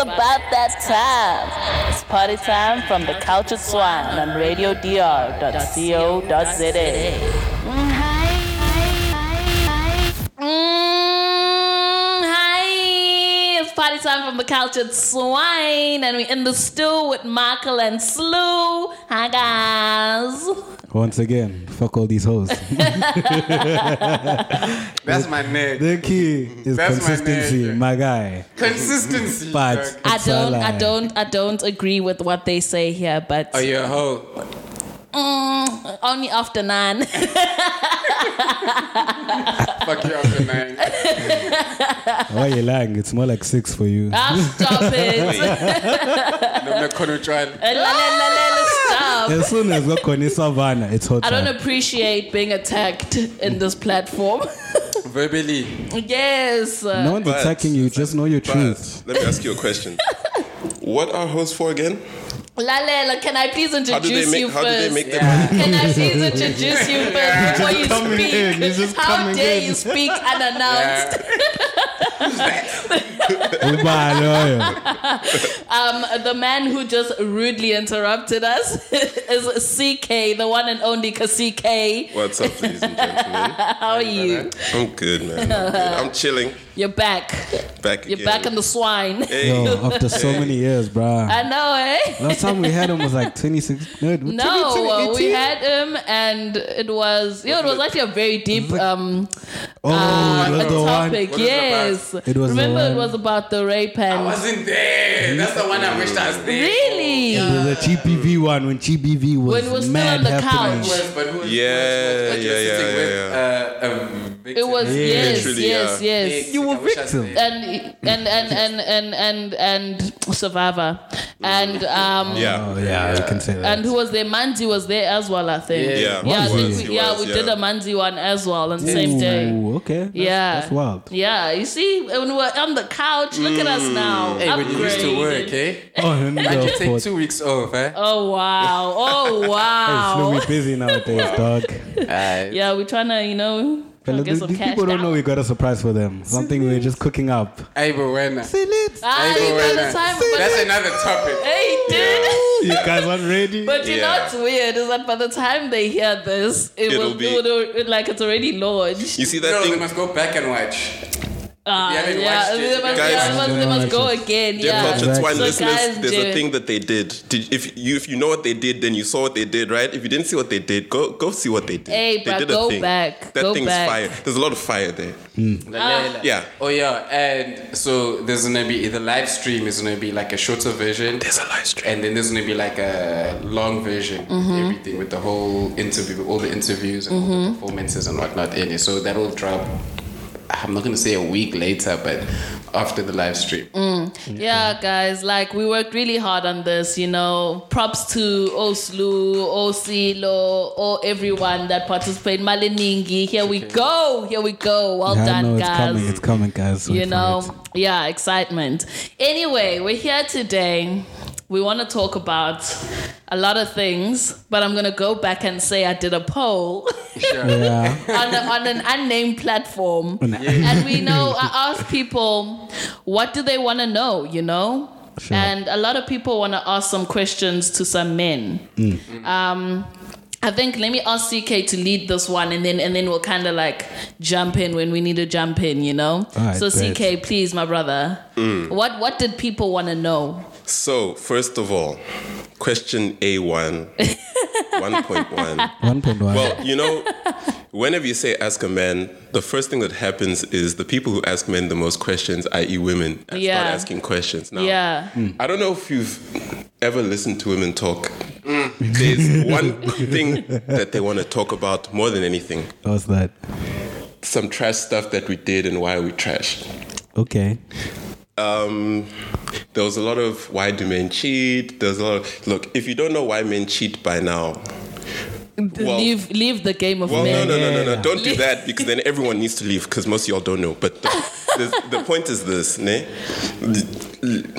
about that time. It's party time from the Couch of Swine on radiodr.co.za. Mm, hi, it's party time from the Cultured Swine, and we in the stew with Markle and Slew. Hi, guys. Once again, fuck all these hoes. That's my name. the key is That's my consistency, nigga. my guy. Consistency. But dog. I it's a don't, I lie. don't, I don't agree with what they say here, but Oh, you a hoe. mm, only after nine. Fuck you up the nine. Why you lying? It's more like six for you. Ah, stop it. I'm not gonna try. Eh, La, la, la, la, la, Ah! stop. As soon as we're Connie Savannah, it's hot. I don't time. appreciate being attacked in this platform. Verbally. yes. No one's But- attacking you, just know your truth. But let me ask you a question. What are hosts for again? Lalela, can I please How do they introduce you make? How do they first? make their money? Can I please introduce you first before you coming speak? in, he's just How coming dare in. you speak unannounced? Yeah. Uba, lawyer. Um, the man who just rudely interrupted us is CK, the one and only CK. What's up, ladies and gentlemen? How are you? I'm good, man. I'm, good. I'm chilling. You're back. Back You're again. back in the swine. Hey, Yo, after so many years, bruh. I know, eh? Last time we had him was like 26. No, No, 2018? we had him, and it was yo, it was actually a very deep um Oh, uh, it was the topic. What is it yes, It was the remember it one- was about the rape I and wasn't there. That's the one I wished I was there. really. one. The GBV one when GBV was When it was still mad on the happening. couch. Who else, but who else, Yeah, who else, who else, but you were yeah, yeah, sitting with, uh, a It victim. was yes, Literally, yes, yeah. yes. You were victim. And and and and and and and survivor, and um Yeah. Oh, yeah, you can say that. and who was there? Manzi was there as well, I think. yeah, Yeah, he I think was, we, he yeah, was, we did a Manzi one as well on the same day. Ooh, okay. That's, yeah, That's wild. Yeah, you see, when we we're on the couch, look at us Mm. now. Hey, when you used to work, Upgraded. eh? Oh, no, You take for- two weeks off, eh? Oh wow! Oh wow! It's really busy nowadays, dog. Aye. yeah, we're trying to, you know, trying to get Fellas, these some these cash. people don't down. know we got a surprise for them. Something we're just cooking up. Aye, but when? Ah, Aye, but you got when, the eh? time, but That's another topic. hey, dude. You guys aren't ready. But you know Yeah. what's weird is that by the time they hear this, it It'll will be- be like it's already launched. You see that No, they thing? must go back and watch. Ah, haven't yeah, watched it. they must, Guys- yeah, they must, they must go again. Dear Yeah, Culture Twine So listeners, guys, there's do- a thing that they did. did. If you if you know what they did, then you saw what they did, right? If you didn't see what they did, go go see what they did. Hey, they bruh, did go back, That go thing's back. fire. There's a lot of fire there. Lalela. Yeah. Oh yeah, and so there's gonna be the live stream is gonna be like a shorter version, There's a live stream. and then there's gonna be like a long version, everything with the whole interview, all the interviews and all the performances and whatnot in it. So that'll drop. I'm not gonna say a week later, but after the live stream. yeah, guys. Like we worked really hard on this. You know, props to Oslu, Osilo, all everyone that participated. Maleningi, here we go, here we go. Well yeah, I done, know it's guys. coming. It's coming, guys. Wait you for know, it. yeah, excitement. Anyway, we're here today. We want to talk about a lot of things, but I'm going to go back and say I did a poll Yeah. on, a, on an unnamed platform. Yeah. And we know, I asked people, what do they want to know, you know? Sure. And a lot of people want to ask some questions to some men. Um, I think let me ask CK to lead this one, and then and then we'll kind of like jump in when we need to jump in, you know. Alright, so bet. CK, please, my brother, Mm. what what did people want to know? So, first of all, question A1, 1.1. One point one. Well, you know, whenever you say ask a man, the first thing that happens is the people who ask men the most questions, i.e., women, start Yeah. asking questions. Now, Yeah, I don't know if you've ever listened to women talk. There's one thing that they want to talk about more than anything How's that? some trash stuff that we did and why we trash. Okay. um, there was a lot of why do men cheat? There's a lot of look. If you don't know why men cheat by now, well, leave leave the game of well, no, men. no, no, no, no, Yeah. don't do that because then everyone needs to leave because most of y'all don't know. But the, the, the point is this, ne?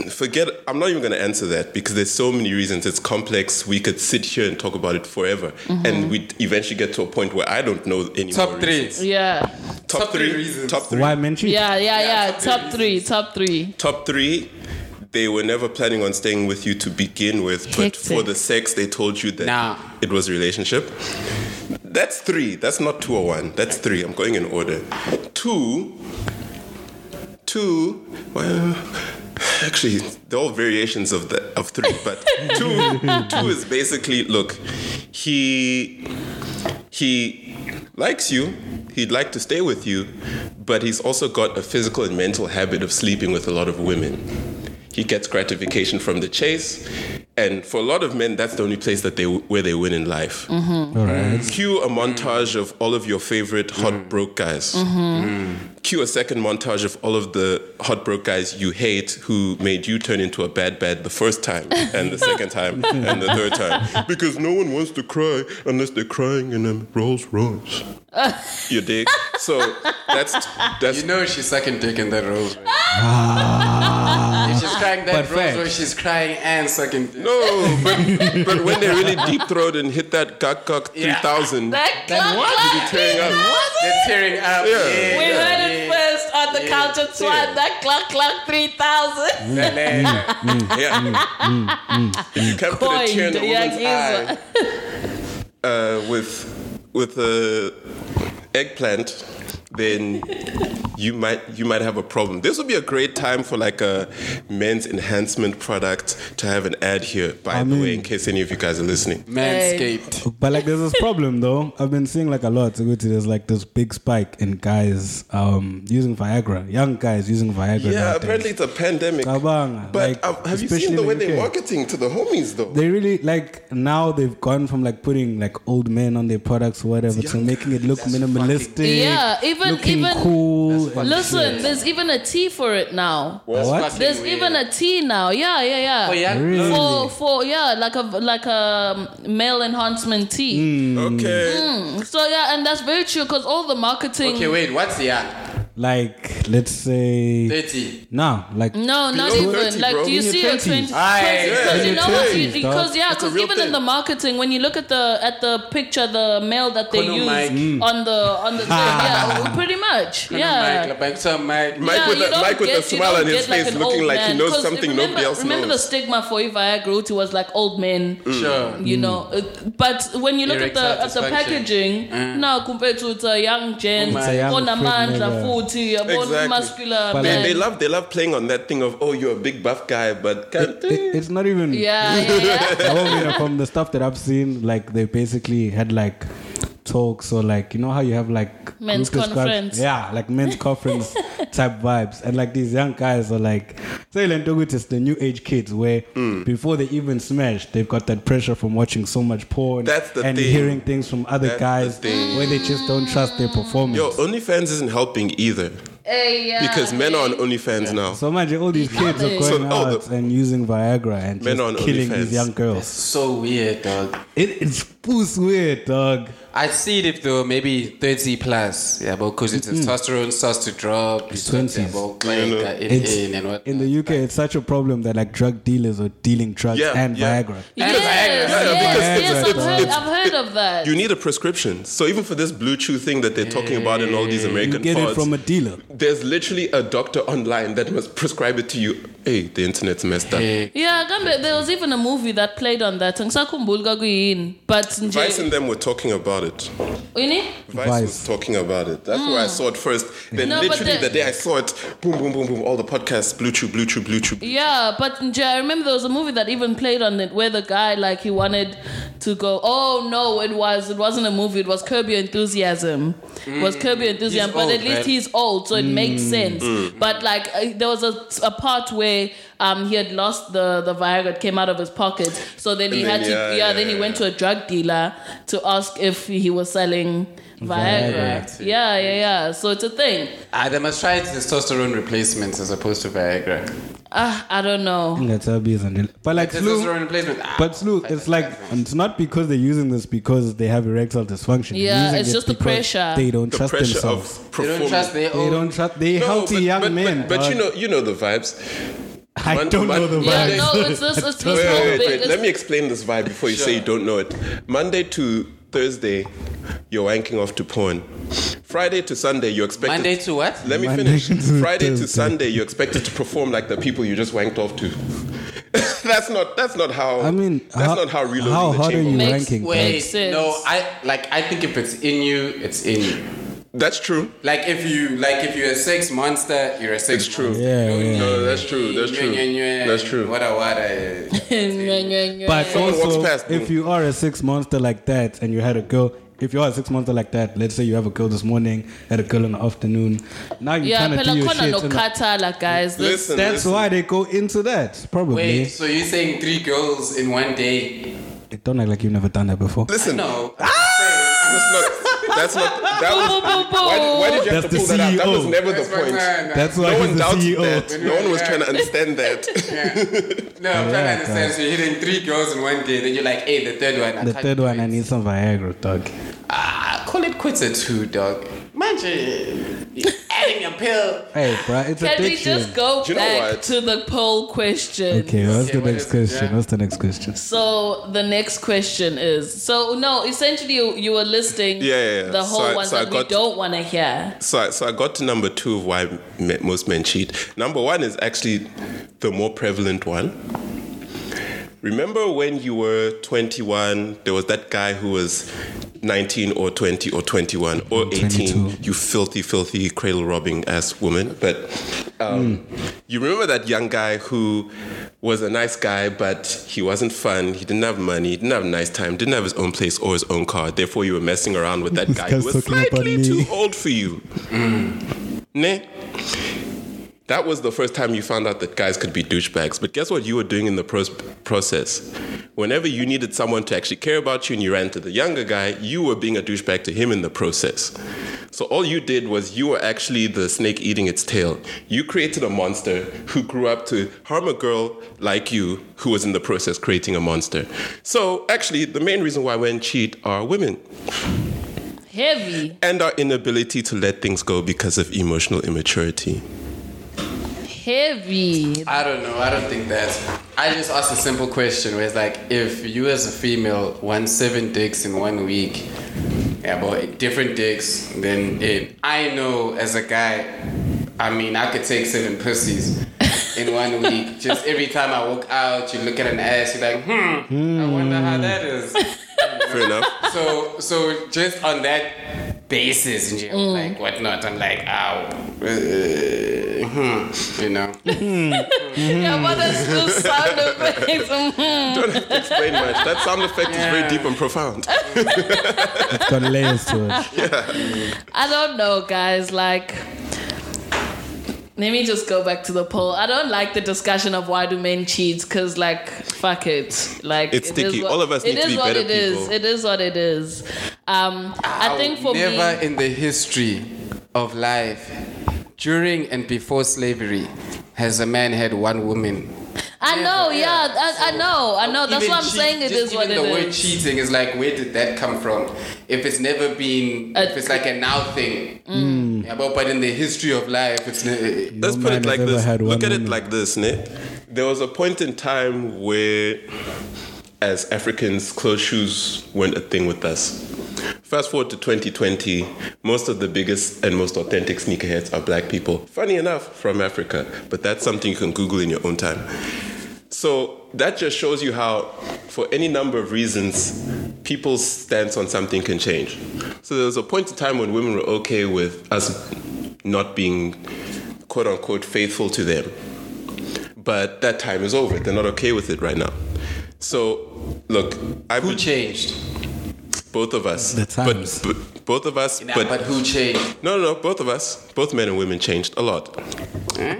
Forget. I'm not even going to answer that because there's so many reasons. It's complex. We could sit here and talk about it forever, and we'd eventually get to a point where I don't know any more Top three. reasons. Yeah, Top, Top three three. reasons. Top three. Why men cheat? yeah, yeah, yeah. top Top three, top three. Top three. they were never planning on staying with you to begin with, but Hectic. for the sex, they told you that Nah. it was a relationship. That's three. That's not two or one. That's three. I'm going in order. Two. Two. Well, actually, they're all variations of the of three, but two. two is basically look. He he likes you. He'd like to stay with you, but he's also got a physical and mental habit of sleeping with a lot of women. He gets gratification from the chase, and for a lot of men, that's the only place that they where they win in life. All right. Cue a montage of all of your favorite Mm. hot broke guys. Mm-hmm. Mm. Cue a second montage of all of the hot broke guys you hate who made you turn into a bad bad the first time and the second time and the third time because no one wants to cry unless they're crying in a Rolls Royce. you dig? So that's that's You know she's sucking dick in that Rolls Royce. if she's crying that Rolls Perfect. Royce, she's crying and sucking dick. no, but but when they really deep throat and hit that gok gok three Yeah. thousand, That clock, clock, You be tearing up. They're tearing up. Yeah. Yeah. We heard it first on the Yeah. culture swap. That clock, clock, three thousand. yeah, Mm, if you can't put a tear in a Coined, yeah, woman's eye, gizo. uh, with with a eggplant, then you might you might have a problem. This would be a great time for like a men's enhancement product to have an ad here. By I the way, mean- in case any of you guys are listening, Manscaped. But like, there's this problem though. I've been seeing like a lot. So there's like this big spike in guys um, using Viagra. Young guys using Viagra. yeah, nowadays. apparently it's a pandemic. Cabanga, but like, uh, have you especially seen the in way the they're UK? marketing to the homies though? They really like now they've gone from like putting like old men on their products or whatever to young making it look minimalistic. Yeah, even- looking even- cool. and Listen, shit. there's even a T for it now. what? fucking There's weird. even a T now. Yeah, yeah, yeah. Oh, yeah? Really? For for yeah, like a like a um, male enhancement Mm. tea. okay, So yeah, and that's very true because all the marketing. Okay, wait, what's yeah? Like let's say 30. no, like No, not Below even. 30, like, bro. do you In your see your 20s. twenty? Aye. Because you Yeah, know what? you- 20s, dog. Because yeah, It's a because real even in thing. the marketing, when you look at the at the picture, the mail that they Kono use Mike. Mm. on the on the yeah, pretty much. Yeah. Mike, like some Mike. Mike Yeah, with you a- don't Mike with a get- you smile don't on his get like face an looking old like he man, knows 'cause something remember, nobody else Remember the knows. stigma for Viagra Uti was like old men. Sure. Mm. You know, uh, but when you look at Erectile the at the dysfunction. packaging Mm. now compared to the young gen, It's a young on a man, female, yeah. forty, born Exactly. muscular, But they, man. they love they love playing on that thing of oh you're a big buff guy, but can't it- it's not even yeah, yeah, yeah. I won't mean, from the stuff that I've seen, like they basically had like talks or like you know how you have like Men's group discuss- conference. yeah, like men's conference type vibes, and like these young guys are like, say Lentogut is the new age kids where Hmm. before they even smash, they've got that pressure from watching so much porn That's the and thing. hearing things from other That's the guys thing. where they just don't trust their performance. Yo, OnlyFans isn't helping either Hey, uh, yeah. because men are on OnlyFans now. so imagine all these kids are So going all oh, the- out and using Viagra and Men just on killing OnlyFans. these young girls. So weird, dog. It, it's puss weird, dog. I'd see it if they were maybe 30 plus. Yeah, but because it's Mm-hmm. testosterone starts to drop. It's 20s. About, You like, know. uh, in, It's- in and what. in the UK, it's such a problem that like drug dealers are dealing drugs Yeah, and yeah. Viagra. Yes, yes, Yeah, because yes, I've it's- heard, it's- I've heard of that. You need a prescription. So even for this blue chew thing that they're talking about in all these You American get pods, it from a dealer. there's literally a doctor online that must prescribe it to you. Hey, the internet's messed up. Yeah, Gambe, there was even a movie that played on that. Angisakhumbuli kwakuyini, But Vice and nje, them were talking about it. Uyini? Vice, Vice. Mm. was talking about it. That's where I saw it first. Then No, but literally the- the, day I saw it, boom, boom, boom, boom, all the podcasts, blue chew, blue chew, blue chew. Yeah, but nje, I remember there was a movie that even played on it where the guy like he wanted to go. Oh no, it was it wasn't a movie. It was Curb Your Enthusiasm. It was Curb Mm. Your Enthusiasm, He's but old, at least right? he's old, so it makes sense. But like uh, there was a, a part where um he had lost the the Viagra it came out of his pocket, so then he And had then, to yeah, yeah, yeah, then he yeah, went to a drug dealer to ask if he was selling. Viagra. Viagra. Yeah, yeah, yeah. So it's a thing. Ah, they must try testosterone replacements as opposed to Viagra. Ah, I don't know. That's how it is and it- But like Slu, Testosterone replacement. Ah, but Slu, it's like it's not because they're using this because they have erectile dysfunction. They're Yeah, using it's it just the because pressure. They don't The trust pressure themselves. of they performing. don't trust their they own. don't trust. They No, healthy but- young but, men. But, but dog. you know, you know the vibes. I Mon- don't know Mon- the Mon- Yeah, vibes. no, it's this, it's this Wait, whole wait, big. wait, it's- Let me explain this vibe before you say you don't know it. Monday to Thursday, you're wanking off to porn. Friday to Sunday, you're expected. Monday to what? Let me Monday finish. to Friday Thursday. to Sunday, you're expected to perform like the people you just wanked off to. that's not. That's not how. I mean, that's not how reloading How the hard are chamber. you works. Makes ranking? Wait, Makes sense. no, I like. I think if it's in you, it's in you. That's true. Like if you like if you're a sex monster, you're a sex. It's true. Yeah, yeah. No, that's true. That's true. That's true. Wada wada. But Someone also, walks past, if mm. you are a six monster like that and you had a girl, if you are a six monster like that, let's say you have a girl this morning, had a girl in the afternoon, now you're yeah, trying to do your Pelakona shit. no in the- Katala, guys. This, Listen, That's listen. why they go into that, probably. Wait, so you're saying three girls in one day? Don't act like you've never done that before. Listen. Ah! No. That's not. That's not. That was. Boo, boo, boo. Why, why did you have That's to pull the that out? That CEO. was never the That's my point. time. That's why No one he's the E doubted CEO. that. No one was trying to understand that. No, I'm trying to understand. So you're hitting three girls in one day, then you're like, hey, the third one. I The can't third do one, it. I need some Viagra, dog. Ah, call it quits at two, dog. Imagine you're adding a pill. Hey, bro, it's Can we addiction. just go Do you know back what? to the poll question? Okay, uh. what's Okay, the what next is it, question? yeah? What's the next question? So the next question is so no, essentially you, you were listing Yeah, yeah, yeah. the whole So I- ones so I that we got- don't want to hear. So, I- so I got to number two of why me- most men cheat. Number one is actually the more prevalent one. Remember when you were 21, there was that guy who was 19 or 20 or 21 or 18, 22. you filthy, filthy cradle robbing ass woman. But um, you remember that young guy who was a nice guy, but he wasn't fun, he didn't have money, he didn't have a nice time, didn't have his own place or his own car. Therefore, you were messing around with that guy guy's who was talking about slightly me. too old for you. Ne? That was the first time you found out that guys could be douchebags. But guess what you were doing in the pros- process? Whenever you needed someone to actually care about you and you ran to the younger guy, you were being a douchebag to him in the process. So all you did was you were actually the snake eating its tail. You created a monster who grew up to harm a girl like you who was in the process creating a monster. So actually, the main reason why men cheat are women Heavy, and our inability to let things go because of emotional immaturity. heavy. I don't know. I don't think that's. I just asked a simple question where it's like, if you as a female won seven dicks in one week, yeah, but different dicks, then it, I know as a guy, I mean, I could take seven pussies in one week. Just every time I walk out, you look at an ass, you're like, hmm, I wonder how that is. Fair enough. so, so just on that basis, and you know, like whatnot, I'm like, ow, uh, hmm, you know. Mm. Yeah, what is the sound effects? Mhm. Don't have to explain much. That sound effect is very deep and profound. It's got layers to it. I don't know, guys. Like, let me just go back to the poll. I don't like the discussion of why do men cheat because, like, fuck it. Like, It's it is sticky. what- All of us it need to is be what better it is. people. It is what it is. Um, I think for never me, in the history of life, during and before slavery, has a man had one woman. I know. never, Yeah, yeah. I, I know. I know. That's Even why I'm cheat- saying. It just is what it even is. the word cheating is like, where did that come from? If it's never been, A- Mm. if it's like a now thing. Yeah, but, but in the history of life, it's. Ne- Let's put man has it like ever this. had one Look at it woman. like this, Nick. There was a point in time where, as Africans, closed shoes weren't a thing with us. Fast forward to 2020, most of the biggest and most authentic sneakerheads are black people. Funny enough, from Africa, but that's something you can Google in your own time. So that just shows you how, for any number of reasons, people's stance on something can change. So there was a point in time when women were okay with us not being quote unquote faithful to them. But that time is over. They're not okay with it right now. So look, I who changed? both of us. The But- times. But, both of us. Nah, but, but, who changed? no, no, no, both of us, both men and women changed a lot.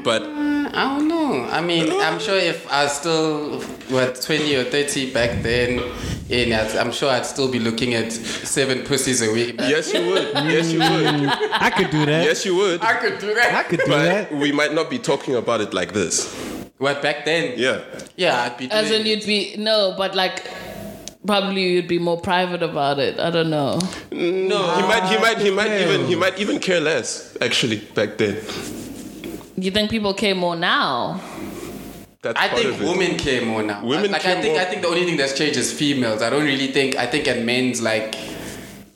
But Mm, I don't know. I mean, I'm sure if I was still what 20 or 30 back then, in I'm sure I'd still be looking at seven pussies a week. yes, you would. Yes, you would. Hmm. I could do that. Yes, you would. I could do I that. could do But that. we might not be talking about it like this. What back then? Yeah. Yeah, I'd be doing As in, you'd be no, but like, probably you'd be more private about it. I don't know. He might he might he might hell. even he might even care less actually back then. You think people care more now? That's I part think of it. women care more now. Women like care I think more. I think the only thing that's changed is females. I don't really think I think at men's like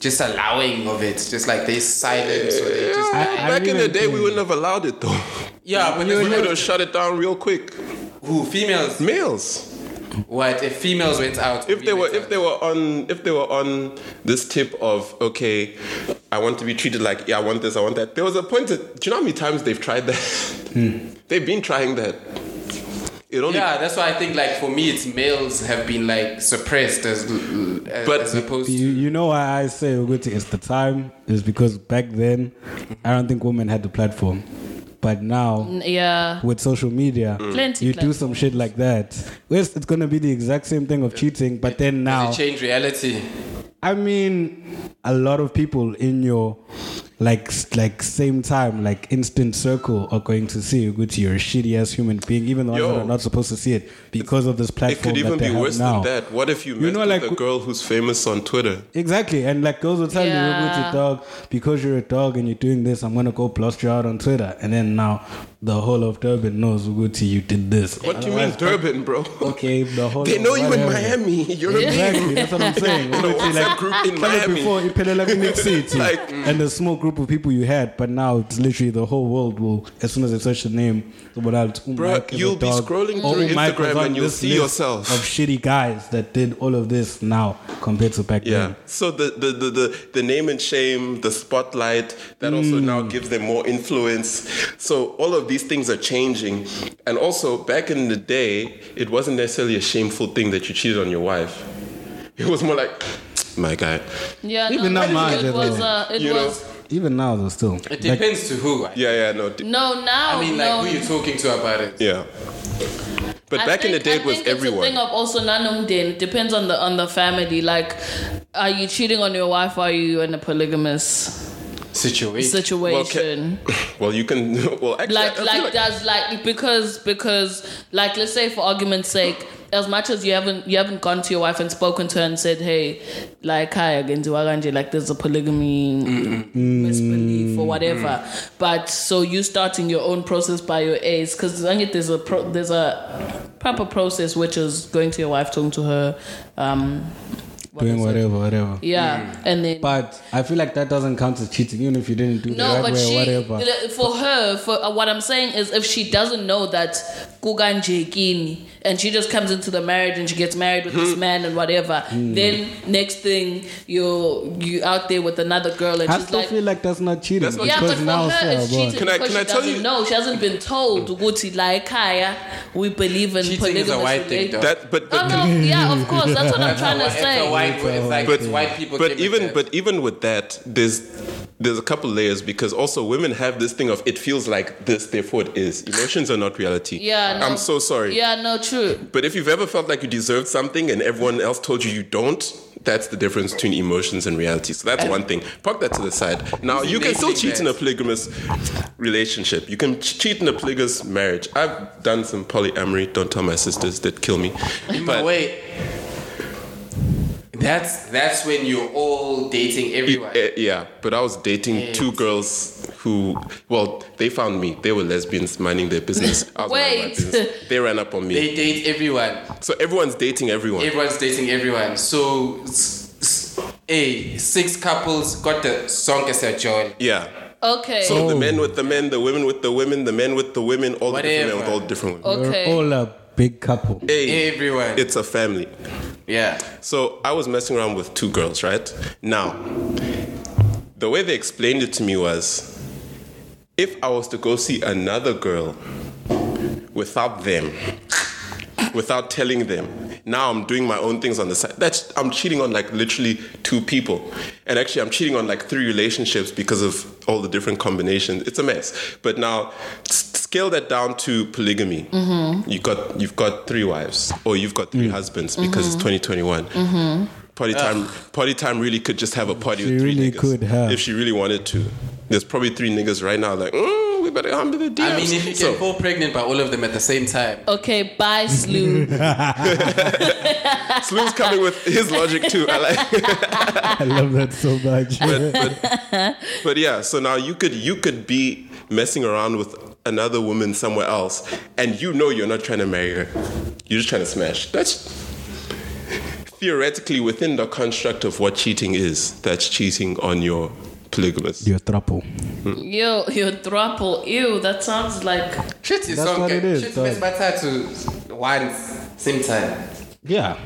just allowing of it. Just like they silent. So they just, I- I Back in really the day, we think- wouldn't have allowed it though. yeah, when We there's would no, have shut it down real quick. who females? Hmm? Males, What if females went out? if we they were, went if out. they were on, if they were on this tip of okay, I want to be treated like yeah, I want this, I want that. There was a point. That, do you know how many times they've tried that? Hmm. They've been trying that. It only Yeah, that's why I think like for me, it's males have been like suppressed as, as But- as opposed You, to you know why I say Uguti is the time is because back then I don't think women had the platform, but now Yeah. with social media Mm. Plenty you do platform. some shit like that. Yes, it's gonna be the exact same thing of cheating, but then now to change reality. I mean, a lot of people in your like s- like same time like instant circle are going to see Uguti. You're a shitty ass human being, even the ones Yo. that are not supposed to see it because of this It platform. could even that they be have worse now. than that. What if you met You know, like- with a girl who's famous on Twitter? Exactly, and like girls will tell you, "Uguti Yeah. dog, because you're a dog and you're doing this, I'm gonna go blast you out on Twitter." And then now the whole of Durban knows Uguti, you did this. What do you mean, Durban, bro? Okay, the whole They of know you in whatever. Miami. You're Exactly, that's what I'm saying. in a Uguti, like, WhatsApp group in Tell it Miami. before Iphelele kuMixiti. Like- mm. and the small group of people you had, but now it's literally the whole world will, as soon as they search the "Oh name, someone else, "Ooh, Bruh, Mike is a you'll be dog," scrolling or, through "Ooh, Mike was Instagram on and you'll this see list yourself. of shitty guys that did all of this now compared to back Yeah. then. So the, the, the, the, the name and shame, the spotlight, that also now Hmm. gives them more influence. So all of these things are changing. And also, back in the day, it wasn't necessarily a shameful thing that you cheated on your wife. It was more like, my guy. Yeah. Even no, that man, It you was. know. Uh, it You know. was. Even now, though, still. It Like, depends to who. I, Yeah, yeah, no. d- No. Now. I mean, Oh, no. like who you talking to about it. Yeah. But I back in the think- I day, it was think everyone. It's a thing of also nanumden. It depends on the on the family. Like, are you cheating on your wife? Or are you in a polygamous Situation. situation? Well, you can. Well, actually, I like, feel like, does like because because like let's say for argument's sake. As much as you haven't you haven't gone to your wife and spoken to her and said, hey, like hi again like there's a polygamy Mm-hmm. misbelief or whatever. But so you starting your own process by your A's because there's a pro- there's a proper process which is going to your wife, talking to her, um, what doing is it? whatever, whatever. Yeah, Mm. and then But I feel like that doesn't count as cheating, even if you didn't do the no, right but way she or whatever. like, for her for uh, what I'm saying is if she doesn't know that kuganjekini and she just comes into the marriage and she gets married with Hmm. this man and whatever, Hmm. then next thing you're you out there with another girl and I she's still like. feel like that's not cheating. That's not Yeah, but because for now, her, it's sir, cheating Can I- because can I she tell doesn't you- know. She hasn't been told. Guti, like Kaya, we believe in Cheating is a polygamous white thing, relation- though. that, but, but Oh no, yeah, of course. That's what I'm trying to It's a say. white- it's like But- it's white people. but came even with but even with that, there's there's a couple layers because also women have this thing of it feels like this, therefore it is. Emotions are not reality. Yeah, no. I'm so sorry. Yeah, no, true. But if you've ever felt like you deserved something and everyone else told you you don't, that's the difference between emotions and reality. So that's one thing. Park that to the side. Now you can still amazing cheat in a that- polygamous relationship. You can ch- cheat in a polygamous marriage. I've done some polyamory. Don't tell my sisters; they'd kill me. But But wait. That's that's when you're all dating everyone. Eh, yeah, but I was dating two girls who, well, they found me. They were lesbians minding their business. I was minding my Wait. business. They ran up on me. They date everyone. so everyone's dating everyone. Everyone's dating everyone. So, s- s- hey, six couples got the song as a joy. yeah. Okay. So the men with the men, the women with the women, the men with the women, all the different men with Whatever. all the different women. Okay. we're all a big couple. Hey, Everyone. it's a family. yeah. So I was messing around with two girls, right? Now, the way they explained it to me was if I was to go see another girl without them, without telling them, now I'm doing my own things on the side. That's I'm cheating on like literally two people. And actually I'm cheating on like three relationships because of all the different combinations. It's a mess. But now s- scale that down to polygamy. You got you've got three wives or you've got three husbands because it's 2021. Party time, party time really could just have a party She with three really niggas could have. if she really wanted to. There's probably three niggas right now like, mm, we better humble the deal. I mean, if you can fall pregnant by all of them at the same time, Okay, bye, Slew. Slim's coming with his logic too. I like, I love that so much. but, but, but yeah. So now you could you could be messing around with another woman somewhere else, and you know you're not trying to marry her. You're just trying to smash. That's theoretically within the construct of what cheating is, that's cheating on your polygamous. You're trouble. Yo, your throuple. Ew, that sounds like. Shit is That's song. what it is, Shit dog. is better to once, same time. Yeah.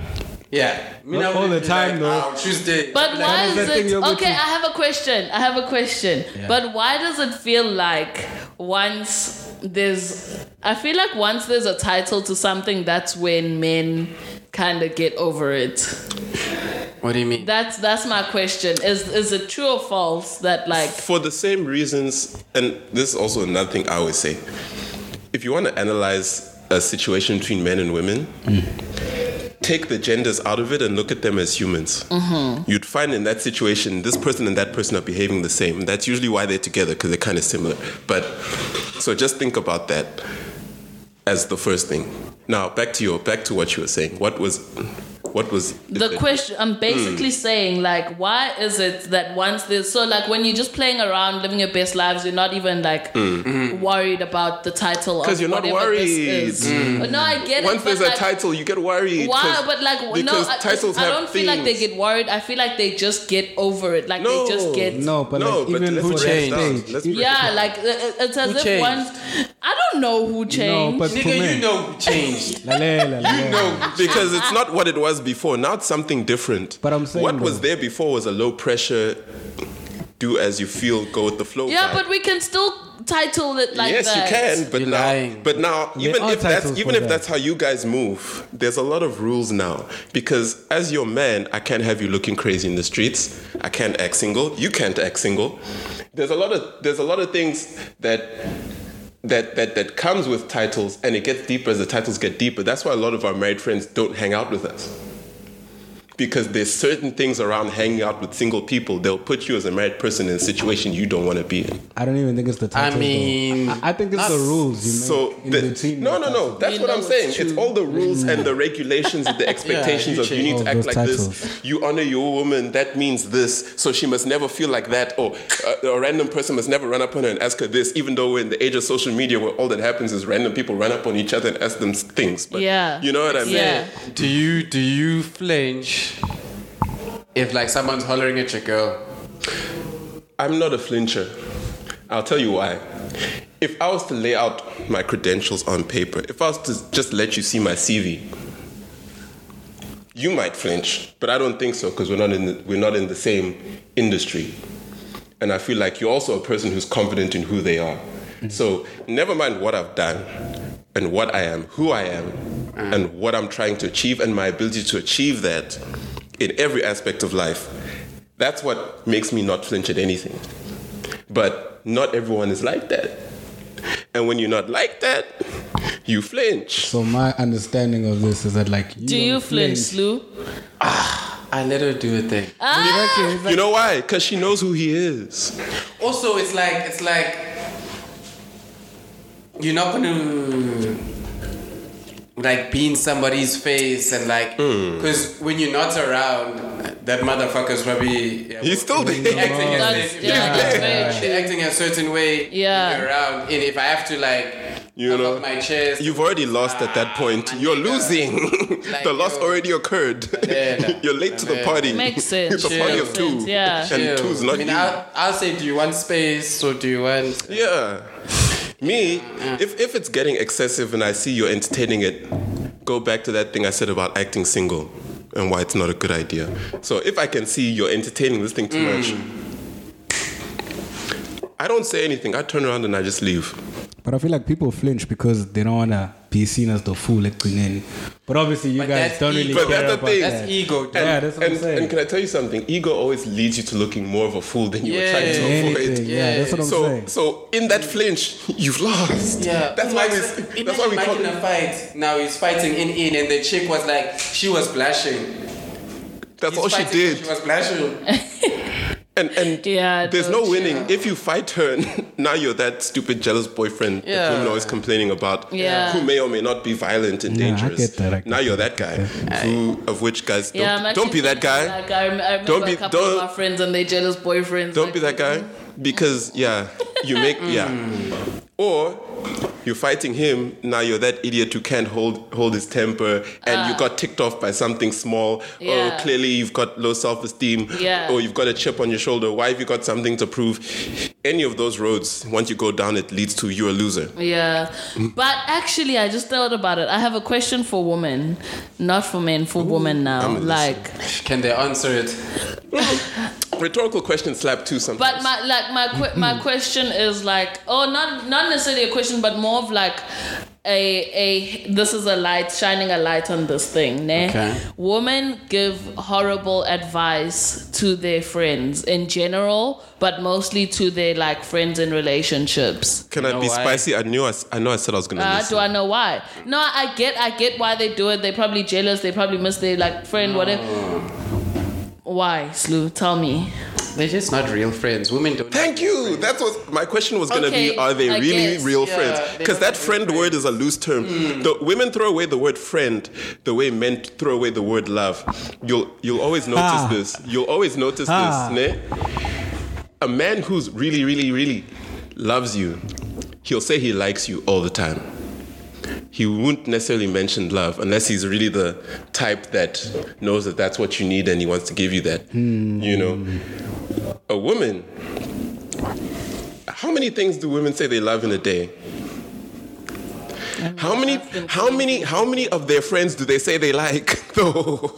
Yeah. Me Not now all would the be time, like, though. "Ah, Tuesday. But why is is that thing it you're good okay? to- I have a question. I have a question. But why does it feel like once there's, I feel like once there's a title to something, that's when men kind of get over it. What do you mean? That's that's my question. Is is it true or false that like for the same reasons, and this is also another thing I always say. If you want to analyze a situation between men and women, take the genders out of it and look at them as humans. Mm-hmm. You'd find in that situation, this person and that person are behaving the same. That's usually why they're together because they're kind of similar. But so just think about that as the first thing. Now back to your back to what you were saying. What was what was the question i'm basically Hmm. saying like why is it that once there's so like when you're just playing around living your best lives you're not even like worried about the title Hmm. 'Cause of you're not whatever this worried. Hmm. is. no i get Once it there's but a like, title, you get worried. why 'cause- but like no because I, titles I have don't feel like they themes. get worried i feel like they just get over it like they just No. get No, but No, like but even let's who break it changed down. age. Let's even- break yeah like uh, uh, it's as Who if changed? once i don't know who changed No, but for Nigga, men. you know who changed. La, la, la, la, la. No, because it's not what it was before. Now it's something different. But I'm saying what was though- there before was a low pressure, do as you feel, go with the flow. yeah vibe. but we can still title it like yes, that you can. But You're now, lying. but now, even are if that's titles even for if that. that's how you guys move, there's a lot of rules now. Because as your man, I can't have you looking crazy in the streets. I can't act single. You can't act single. There's a lot of there's a lot of things that. That, that that comes with titles and it gets deeper as the titles get deeper. That's why a lot of our married friends don't hang out with us because there's certain things around hanging out with single people. They'll put you as a married person in a situation you don't want to be in. I don't even think it's the title. mean, though. I, I think it's the that's- rules you make So in the- between. no, the no, no. titles. That's You what know I'm it's saying. It's true. all the rules and the regulations, and the expectations you of you need Mm. change to act all like those this. You honor your woman. That means this. So she must never feel like that, or uh, a random person must never run up on her and ask her this. Even though we're in the age of social media, where all that happens is random people run up on each other and ask them things. But Yeah. you know what I mean. Yeah. Do you do you flinch if like someone's hollering at your girl? I'm not a flincher. I'll tell you why. If I was to lay out my credentials on paper, if I was to just let you see my CV, you might flinch, but I don't think so because we're not in the, we're not in the same industry. And I feel like you're also a person who's confident in who they are. So never mind what I've done and what I am, who I am, and what I'm trying to achieve and my ability to achieve that in every aspect of life. That's what makes me not flinch at anything. But not everyone is like that. And when you're not like that, you flinch. So my understanding of this is that like you do you don't flinch, Lou? Ah! I let her do a thing. Exactly, You know why? Because she knows who he is. Also, it's like it's like you're not gonna like be in somebody's face and like Hmm. because when you're not around, that motherfucker's probably yeah, He's still They're there. acting, That's- as if- yeah, that's very they're acting a certain way when Yeah. you're around and if I have to like You pump know. up my chest You've already lost at that point. my You're nigga. losing. Like, the loss yo. already occurred. Yeah. You're late to the party. Makes sense. It's a party Chill. of two. Yeah. And two's not I mean you. I'll, I'll say do you want space or do you want Yeah. Me, if, if it's getting excessive and I see you're entertaining it, go back to that thing I said about acting single and why it's not a good idea. So if I can see you're entertaining this thing too Mm. much, I don't say anything. I turn around and I just leave. But I feel like people flinch because they don't wanna be seen as the fool at Queen But obviously you But guys that's don't e- really But care that's the about thing. that. that's ego dude. And, Yeah, that's what I'm and- saying. and can I tell you something? Ego always leads you to looking more of a fool than you were trying to Yeah. avoid. Anything, yeah, Yeah. that's what I'm so, saying. so in that flinch, you've lost. Yeah, that's Oh, why Mike, we. imagine That's why we Mike call in a fight. Now he's fighting in in, and the chick was like, she was blushing. That's He's all she fighting, She did. was blushing. And and Yeah, there's no no winning. If you fight her, now you're that stupid jealous boyfriend Yeah. that women are always complaining about, Yeah. who may or may not be violent and Yeah, I dangerous. get that, I get now you're that guy, who of which guys don't, Yeah, I'm actually don't be that thinking, guy. Like, I, rem- I remember Don't be- a couple don't- of our friends and their jealous boyfriends. Don't like, Mm. be that guy because yeah, you make yeah. Or You're fighting him now. You're that idiot who can't hold hold his temper, and you got ticked off by something small. Ah. Yeah. Oh, clearly you've got low self esteem. Yeah. Or you've got a chip on your shoulder. Why have you got something to prove? Any of those roads, once you go down, it leads to you're a loser. Yeah. Mm. But actually, I just thought about it. I have a question for women, not for men, for women now. I'm a Like, Can they answer it? Rhetorical question slap too. Sometimes. but my like my que- my question is like, oh, not not necessarily a question, but more of like a a this is a light shining a light on this thing. Ne? Okay. Women give horrible advice to their friends in general, but mostly to their like friends in relationships. Can know I be why? spicy? I knew I, s- I know I said I was gonna. Uh, listen. do I know why? No, I get, I get why they do it. They're probably jealous. They probably miss their like friend, whatever. Why, Slew? Tell me. They're just not real friends. Women don't. Thank you. That's what my question was going to Okay, be. Are they I really guess. real Yeah, friends? Hmm. they Because don't that have friend real word is a loose term. The women throw away the word friend the way men throw away the word love. You'll you'll always notice Ah. this. You'll always notice Ah. this. Ne? A man who's really, really, really loves you, he'll say he likes you all the time. He won't necessarily mention love unless he's really the type that knows that that's what you need and he wants to give you that. Hmm. You know, a woman how many things do women say they love in a day? How many how many how many of their friends do they say they like though?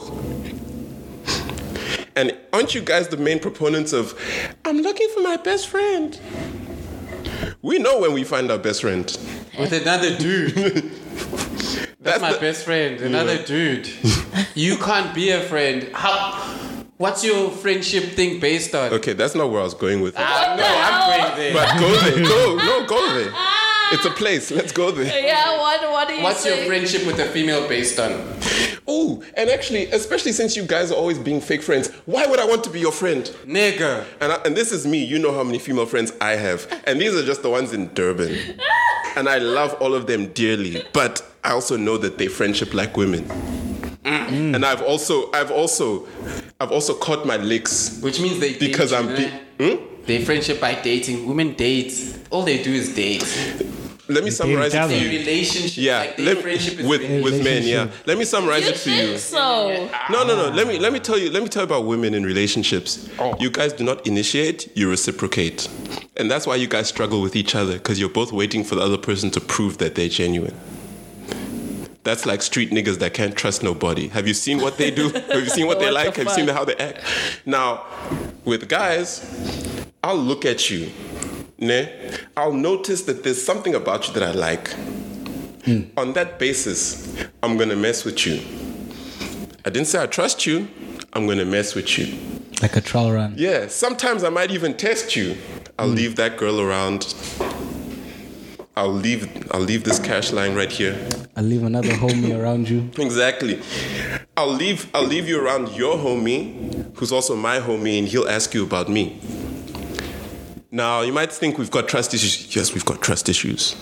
And aren't you guys the main proponents of I'm looking for my best friend? We know when we find our best friend. With another dude. That's my the- best friend. Another dude. you can't be a friend. How? What's your friendship thing based on? Okay, that's not where I was going with it. Ah, What no, the I'm hell? going there. But go there. Go, no, go there. Ah! It's a place. Let's go there. Yeah. What? What do you What's your say? friendship with a female based on? Oh, and actually, especially since you guys are always being fake friends, why would I want to be your friend? Nigga. And, I, and this is me. You know how many female friends I have. And these are just the ones in Durban. And I love all of them dearly. But I also know that they friendship like women. Mm. And I've also, I've also, I've also caught my licks Which means they date because you, I'm. eh? Be- hmm? They friendship by dating. Women date. All they do is date. Let me summarize it for together. Their you. relationship, Yeah, like their let friendship me, is with very- with men. Yeah, Relationship. let me summarize You it for you. think so? No, no, no. Let me let me tell you. Let me tell you about women in relationships. Oh. You guys do not initiate; you reciprocate, and that's why you guys struggle with each other because you're both waiting for the other person to prove that they're genuine. That's like street niggas that can't trust nobody. Have you seen what they do? Have you seen what they What the like? Have you seen fuck? how they act? Now, with guys, I'll look at you. Ne? I'll notice that there's something about you that I like. Hmm. On that basis, I'm gonna mess with you. I didn't say I trust you. I'm gonna mess with you. Like a trial run. Yeah, sometimes I might even test you. I'll Hmm. leave that girl around. I'll leave I'll leave this cash line right here. I'll leave another homie around you. Exactly. I'll leave I'll leave you around your homie, who's also my homie, and he'll ask you about me. Now you might think we've got trust issues. Yes, we've got trust issues.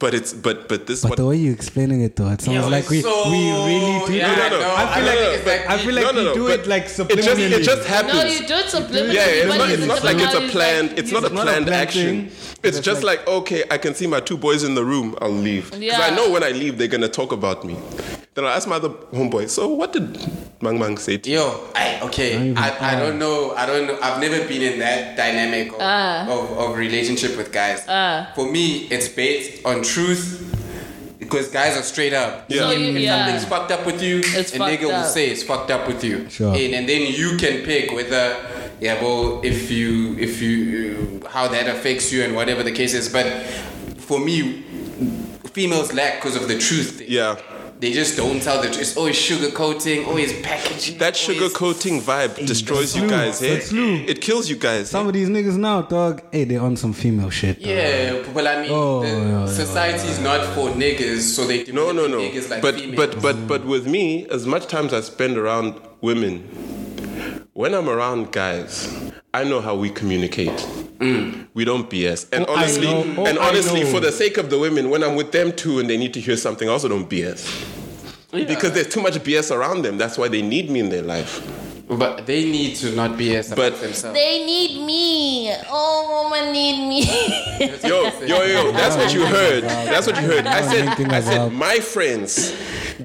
But it's but but this But what the way you're explaining it, though, it sounds Yeah, like we, so- we really do. Yeah, No, no, no. I feel No, like, no, no, but- I feel like no, no, no, we do but it like it just subliminally. it just happens. No, you do it subliminally. Yeah, it's but not, it's not like it's a subliminally planned. It's not a It's not a planned planned action. thing. It's just like okay, I can see my two boys in the room. I'll leave because I Yeah. know when I leave they're gonna talk about me. Then I ask my other homeboy. So what did Mang Mang say to you? Yo, I, okay, even I, I try. don't know, I don't know, I've never been in that dynamic of, Ah. of, of relationship with guys. Ah. For me, it's based on truth because guys are straight up. Yeah. So you- yeah. It's fucked up with you, It's a fucked nigga will up. say it's fucked up with you. Sure. And, and then you can pick whether, yeah, well, if you, if you, how that affects you and whatever the case is. But for me, females lack because of the truth thing. Yeah, They just don't tell the truth. It's always sugarcoating, always packaging. that always- sugarcoating vibe destroys you Lou, guys. Hey, that's Lou. it kills you guys. Some of these niggas now, dog, hey, they on some female shit. dog. Yeah, well, I mean, Oh, the yeah, yeah, society is not for niggas, so they do No, no, no. niggas like but females. but but but with me, as much times I spend around women, when I'm around guys, I know how we communicate. Mm. We don't BS. And Oh, I honestly, know. Oh, and I honestly, know. for the sake of the women, when I'm with them too, and they need to hear something, I also don't BS. Because there's too much BS around them. That's why they need me in their life. but they need to not be as about But- themselves. They need me. Oh, mama need me. Yo, yo, yo, that's what you heard. That's what you heard. I said, Anything I said, about- my friends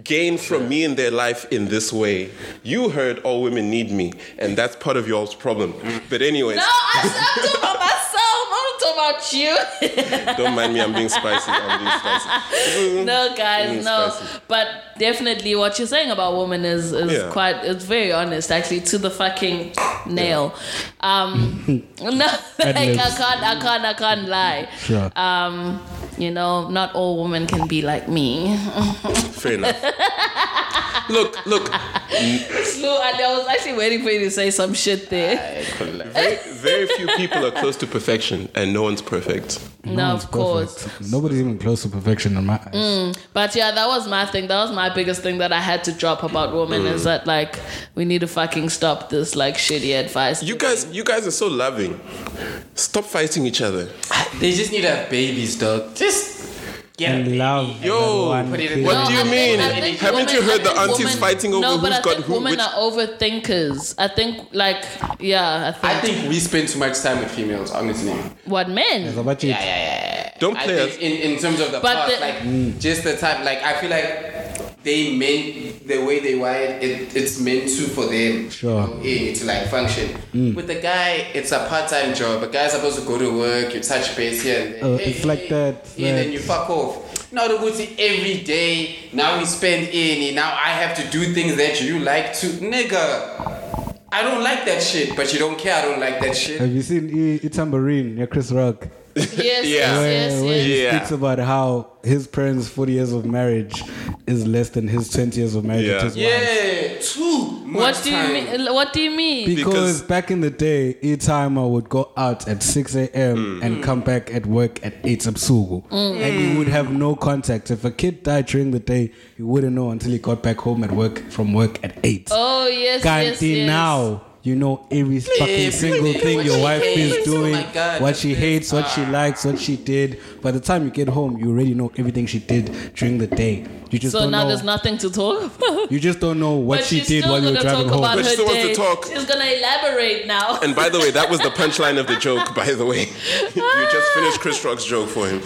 gain from me in their life in this way. You heard all women need me, and that's part of y'all's problem. But anyways, no, I, I'm talking about myself. I'm not talking about you. don't mind me. I'm being spicy. I'm being spicy. no guys Mm, no spicy. but definitely what you're saying about women is, is Yeah. quite it's very honest actually to the fucking nail um no like i Ad-libs. can't i can't i can't lie Sure. um you know not all women can be like me Fair enough. Look, look. no and i was actually waiting for you to say some shit there Very, very few people are close to perfection, and no one's perfect. no, No one's of course Mm. perfect. Nobody's even close to perfection in my eyes. But yeah, that was my thing. That was my biggest thing that I had to drop about women Mm. is that like we need to fucking stop this like shitty advice. You guys, you guys are so loving. Stop fighting each other. They just need to have babies, dog. Just get a And baby. love. Yo, everyone. put it in- Feel What No, do you I mean? think- I think Haven't you women- heard I the think aunties women- fighting over no, but who's I got think who? Women which- are overthinkers. I think, like, yeah, I think. I think we spend too much time with females, honestly. what It's men? about you. Don't I play us. think in, in terms of the But past, the- like just the time, like I feel like they meant the way they wired it, it's meant to for them Sure. Mm. eh, to like function. With the guy, it's a part time job. A guy's supposed to go to work, you touch base here and there. Uh, it's like that, And then that- you fuck off. Now the good thing, every day, now we spend in, now I have to do things that you like to. Nigga, I don't like that shit, but you don't care I don't like that shit. Have you seen E, e Tambourine, yeah, Chris Rock? Yes, Yeah. yes, yes, where yes. he Yeah. speaks about how his parents' 40 years of marriage is less than his 20 years of marriage. Yeah. with his wife. Yeah, too much What do you time. mean? What do you mean? Because, Because- back in the day, E Timer would go out at 6 a.m. Mm. and come back at work at 8 absugu. Mm. And he would have no contact. If a kid died during the day, he wouldn't know until he got back home at work from work at 8. Oh yes, yes, Kanti yes. now you know every fucking please, single please, thing what your she wife is hates. Oh doing, my God, what she that's hates, what ah. she likes, what she did. By the time you get home, you already know everything she did during the day. You just So don't now know. there's nothing to talk about. you just don't know what But she she's did still while you were gonna driving talk home. about But she her still wants to day. talk. She's gonna elaborate now. And by the way, that was the punchline of the joke, by the way. you just finished Chris Rock's joke for him.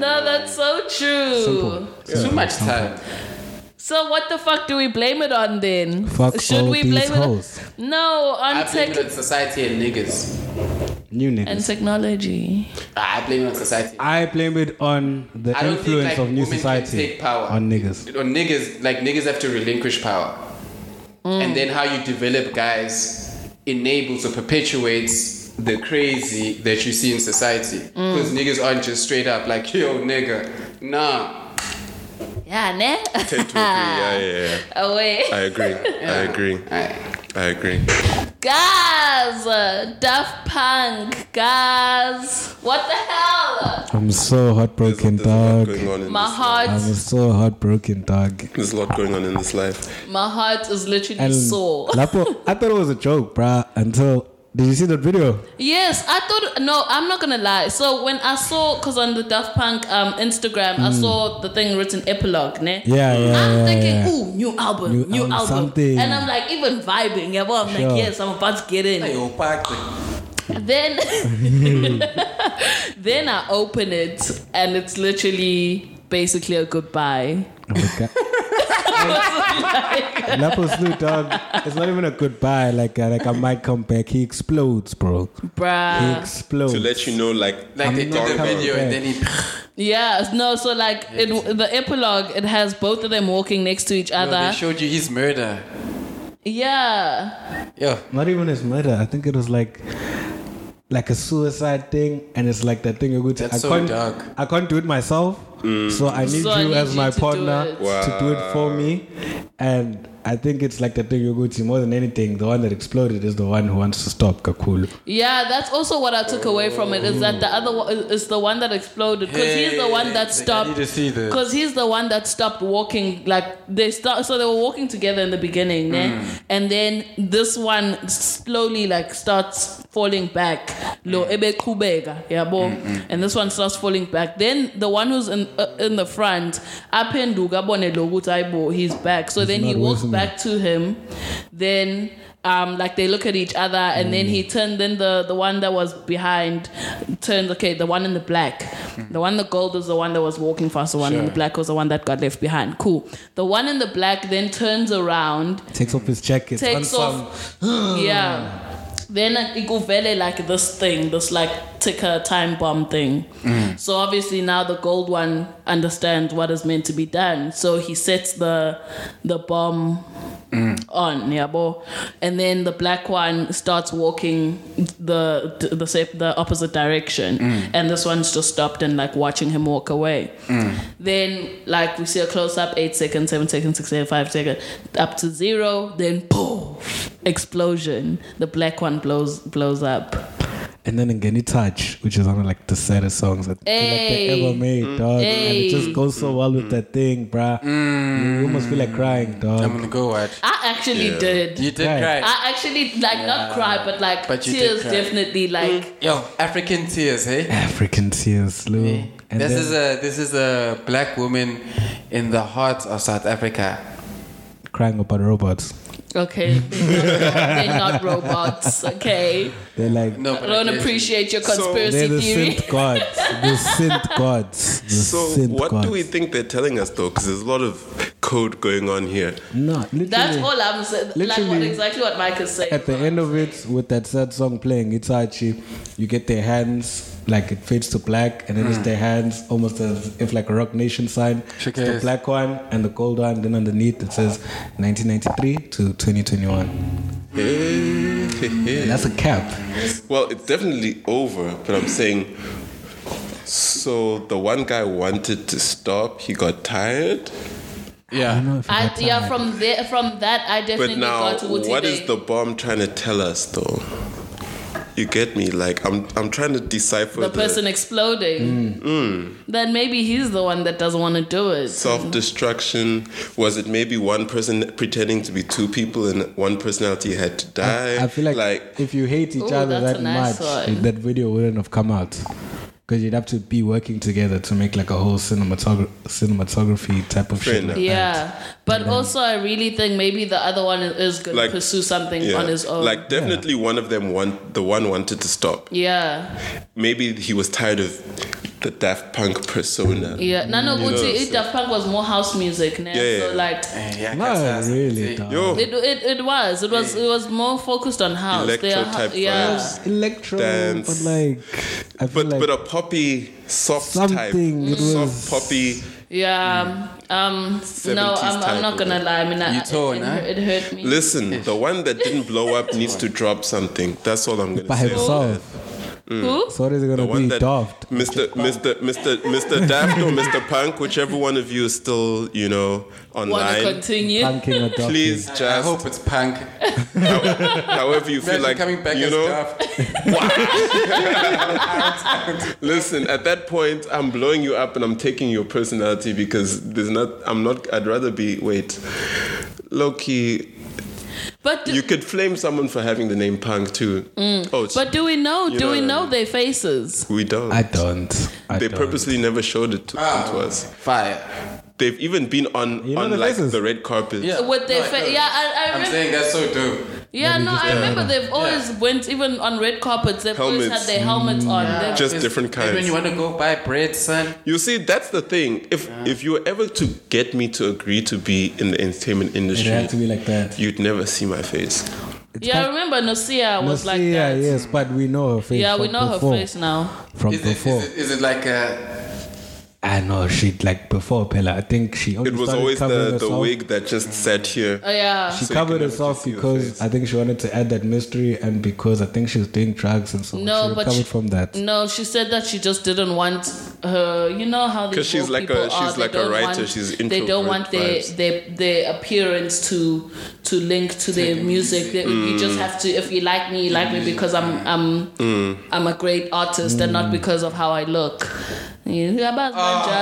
no, that's so true. Too much time. So what the fuck do we blame it on then? Fuck all these hoes. it? On, no, on I blame it on tech society and niggas. Ah, New and niggas. technology. I blame it on society. I blame it on the I don't think, influence like, of new women can society take power. on niggas. On niggas, like niggas have to relinquish power. Mm. And then how you develop guys enables or perpetuates the crazy that you see in society. Mm. Because niggas aren't just straight up like, yo, nigga. Nah. Yeah, ne? Oh, Tend to agree. Yeah, yeah, yeah. Away. I agree. I agree. I agree. Guys, uh, Daft Punk, guys, what the hell? I'm so There's, heartbroken, there's a dog. lot going on in My this life. heart, I'm so heartbroken, dog. There's a lot going on in this life. my heart is literally And sore. Lapo, I thought it was a joke, bruh, until. Did you see that video? Yes, I thought. No, I'm not gonna lie. So when I saw, cause on the Daft Punk um Instagram, I saw the thing written epilogue, ne? Mm. Yeah, yeah, I'm yeah, thinking, yeah. ooh, new album, New new, album, album, something. and I'm like even vibing. Yeah, well, I'm Sure. like, yes, I'm about to get in. Hey, yo, Parker. Then, then I open it, and it's literally basically a goodbye. Okay. Lapo Slew, dog. It's not even a goodbye. Like, uh, like I might come back. He explodes, bro. He Bruh. explodes. To let you know, like, Like they did not the coming video and back. then he Yeah, no, so like it, the epilogue, it has both of them walking next to each No, they other. showed you his murder. yeah. Yo. Not even his murder. I think it was like like a suicide thing, and it's like that thing you go to. That's I so can't, dark. I can't do it myself, so I need So I you need as you my to do partner it. Wow. to do it for me. And I think it's like that thing you go to more than anything. The one that exploded is the one who wants to stop Kakulu. Yeah, that's also what I took away from it is that the other one is the one that exploded because he's the one that Hey, I stopped. need to see this. Because he's the one that stopped walking. Like they start, so they were walking together in the beginning, ne? and then this one slowly like starts falling back. Lo ebe kubega, yabo. And this one starts falling back. Then the one who's in uh, in the front, apenduka bone lo ukuthi, "Hayi bo, he's back. So then he not walks with me. back to him. Then um, like they look at each other, and then he turned. Then the the one that was behind turned. Okay, the one in the black, the one in the gold was the one that was walking fast. The one in the Sure. black was the one that got left behind. Cool. The one in the black then turns around Takes off his jacket. takes off. yeah. Then Ikuvele like this thing, this like ticker time bomb thing. So obviously now the gold one understands what is meant to be done. So he sets the the bomb on, yeah, bo. And then the black one starts walking the the sa- the opposite direction, and this one's just stopped and like watching him walk away. Then like we see a close up, eight seconds, seven seconds, six seconds, five seconds, up to zero. Then poof, explosion. The black one blows blows up. And then Ngeni Touch, which is one of like the saddest songs that I feel like they Hey. Mm. ever made, dog. And it Hey. Mm. just goes so well with that thing, bruh. You almost feel like crying, I'm dog. gonna go watch. I actually did. You did Right. cry. I actually like not cry, but like But you did tears cry. definitely like. Mm. Yo, African tears, hey. African tears, Lou. And this then- is a this is a black woman in the heart of South Africa. crying about robots. Okay, they're not robots. Okay, They're like No, I but don't I guess- appreciate your So- conspiracy they're the theory. synth gods. The synth gods. The So synth what gods. do we think they're telling us though? Because there's a lot of code going on here. No, literally. That's all I'm saying. Like what, Literally. exactly what Mike is saying. At the end of it, with that sad song playing, it's Archie. You get their hands like it fades to black, and then it's their hands almost as if like a Rock Nation sign. Sure It's the is. black one and the gold one. Then underneath it says 1993 to 2021. And Mm, that's a cap. Well, it's definitely over, but I'm saying. So the one guy wanted to stop. He got tired. I Yeah. don't know if I, that's yeah, right. from there, from that, I definitely But now, got to Wuthi what is Bey. the bomb trying to tell us though? You get me? Like I'm, I'm trying to decipher the person exploding? Mm. Then maybe he's the one that doesn't want to do it. Self destruction? Was it maybe one person pretending to be two people and one personality had to die? I feel like, if you hate each Ooh, other that's that a nice much, one. that video wouldn't have come out. Because you'd have to be working together to make like a whole cinematogra- cinematography type of Fair shit. enough. like that. yeah, but also I really think maybe the other one is going Mm. Like, to pursue something yeah. on his own. Like definitely one of them want the one wanted to stop. yeah, Maybe he was tired of the Daft Punk persona. yeah. No, no, Wuthi, it Daft Punk was more house music, now. Yeah, yeah. So like, Yeah, I guess Not that's- really, dog. Yo, it, it, it was, it was, it was more focused on house. They are Electro type hou- yeah. vibes. Electro, Dance. but like, I feel but like but a poppy soft type, Something, it was- soft poppy. Yeah. Um. No, 70s I'm, I'm Mm. type not of gonna it. lie. I mean, I, You it- torn, it, huh? hurt- it hurt me. Listen, the one that didn't blow up needs to drop something. That's all I'm gonna by say. himself. Mm. Who? So what is it The gonna one be? that Daft. Mr. Mr. Mr. Mr. Daft or Mr. Punk, whichever one of you is still, you know, Wanna online. continue? Punking a Daft. Please I just hope it's punk. however you feel Imagine like coming back you as know. Daft. Listen, at that point, I'm blowing you up and I'm taking your personality because there's not. I'm not. I'd rather be. Wait, Loki. But do, You could flame someone for having the name punk too. Oh, it's- Mm. but do we know? You Do know we what I know mean. their faces? we don't. I don't. I they don't. purposely never showed it to, to us. Fire. They've even been on You know on the like faces? the red carpet. Yeah. With their No, I face? know. Yeah, I, I I'm remember. saying that's so dope. yeah, no, I Yeah. uh, remember they've always went even on red carpets. They've always had Helmets. their helmets on. They've- Just different kinds. When you want to go buy bread, son. You see, that's the thing. If if you were ever to get me to agree to be in the entertainment It industry, had to be like that. you'd never see my face. yeah, I remember Nosia was like Nasia, that. yes, but we know her face. Yeah, we from know her before. face now. from Is it, before. is, it, is it like a. I know she like before Pella. I think she. Only It was started always covering the, the herself- wig that just sat here. Oh yeah. She So you covered can never herself see her because face. I think she wanted to add that mystery, and because I think she was doing drugs and so on. No, she but recovered she- from that. No, she said that she just didn't want her. You know how because Because she's like a- she's like a writer, she's they don't introvert want their, vibes. their their appearance to to link to their music. They, You Mm. just have to if you like me, you like me because I'm I'm Mm. I'm a great artist and not because of how I look. Yeah, but-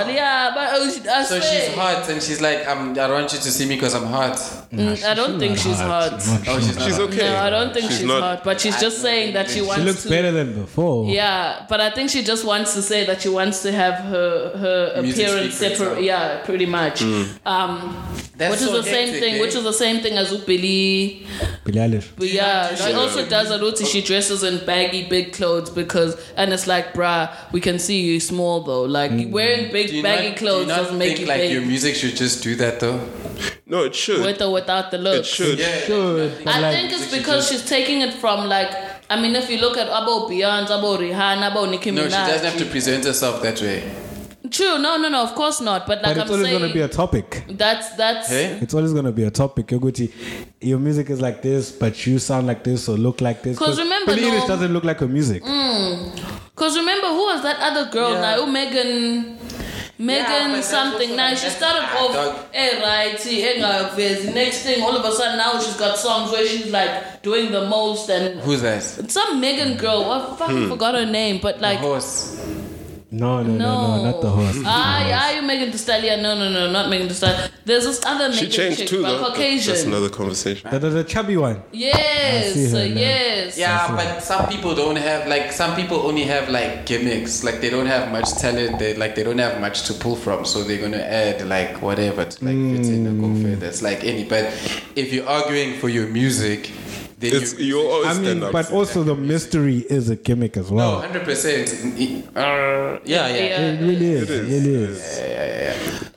yeah, but I, was- I So swear. she's hot, and she's like, um, I don't want you to see me because I'm hot. Mm, I don't think she's hot. Oh, she's not. She's hot. okay. No, I don't think she's, She's not- hot, but she's just saying that she wants She looks to. better than before. Yeah, but I think she just wants to say that she wants to have her her Music appearance speak for separate. itself. Yeah, pretty much. Um, That's which is so the same hectic, thing. eh? Which is the same thing as Upeli. Billie Eilish. But yeah, she also does a lot. She dresses in baggy, big clothes because, and it's like, bruh, we can see you small though. Like wearing big, Do you baggy not, clothes do you not doesn't make think you like big, your music should just do that though? No, it should. with or without the look. it should. Good. but I like- think it's because she's taking it from like. I mean, if you look at Abo Beyonce, Abo Rihanna, Abo Nicki Minaj. No, she doesn't have to present herself that way. True, no, no, no, of course not. But like but it's I'm always saying, gonna be a topic. that's that's Hey? It's always gonna be a topic. Yoguti, your music is like this, but you sound like this or look like this. 'Cause remember, Billie Eilish no- Mm. doesn't look like her music. because remember who was that other girl now? Oh, Megan. Megan that's something also now like- she started Ah, dog. off eh right eh ngavezi. next thing all of a sudden now she's got songs where she's like doing the most and Who's that? some Megan girl I fucking Hmm. forgot her name but like Horse. No, no, no, no, no Ah. not the horse. I I Megan Thee Stallion no no no not Megan Thee Stallion there's this other She Megan changed chick, too, but though. Caucasian That's another conversation. The, the, the chubby one. I yes see her now. yes Yeah, but some people don't have like some people only have like gimmicks. Like they don't have much talent. They like they don't have much to pull from. So they're gonna add like whatever to like fit in or go further. It's like any. But if you're arguing for your music, then It's, you. you always I mean, stand up. but also the mystery is a gimmick as well. Hundred percent. Yeah, yeah. Yeah. It really is. It, it is.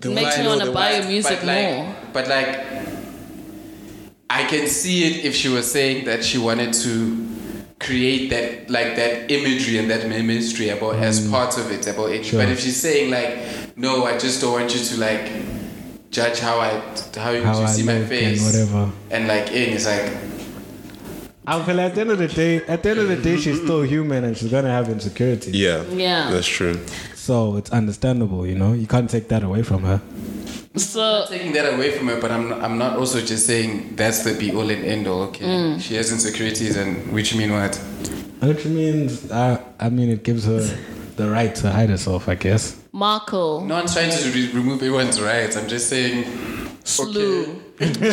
It makes me Like, want to buy your but music like, more. But like, I can see it if she was saying that she wanted to create that like that imagery and that ministry about as part of it about it. Mm. Sure. But if she's saying like, no, I just don't want you to like judge how I how, you How I see my look and face whatever. and like in it's like I feel at the end of the day, at the end of the day, she's still human and she's gonna have insecurities. yeah. Yeah. That's true. So it's understandable, you know. You can't take that away from her. So taking that away from her, but I'm I'm not also just saying that's the be all and end all. Okay, Mm. she has insecurities and which mean what? Which means, I, I mean, it gives her the right to hide herself, I guess. Marco No one's trying to re- remove everyone's rights. I'm just saying. slew. Marco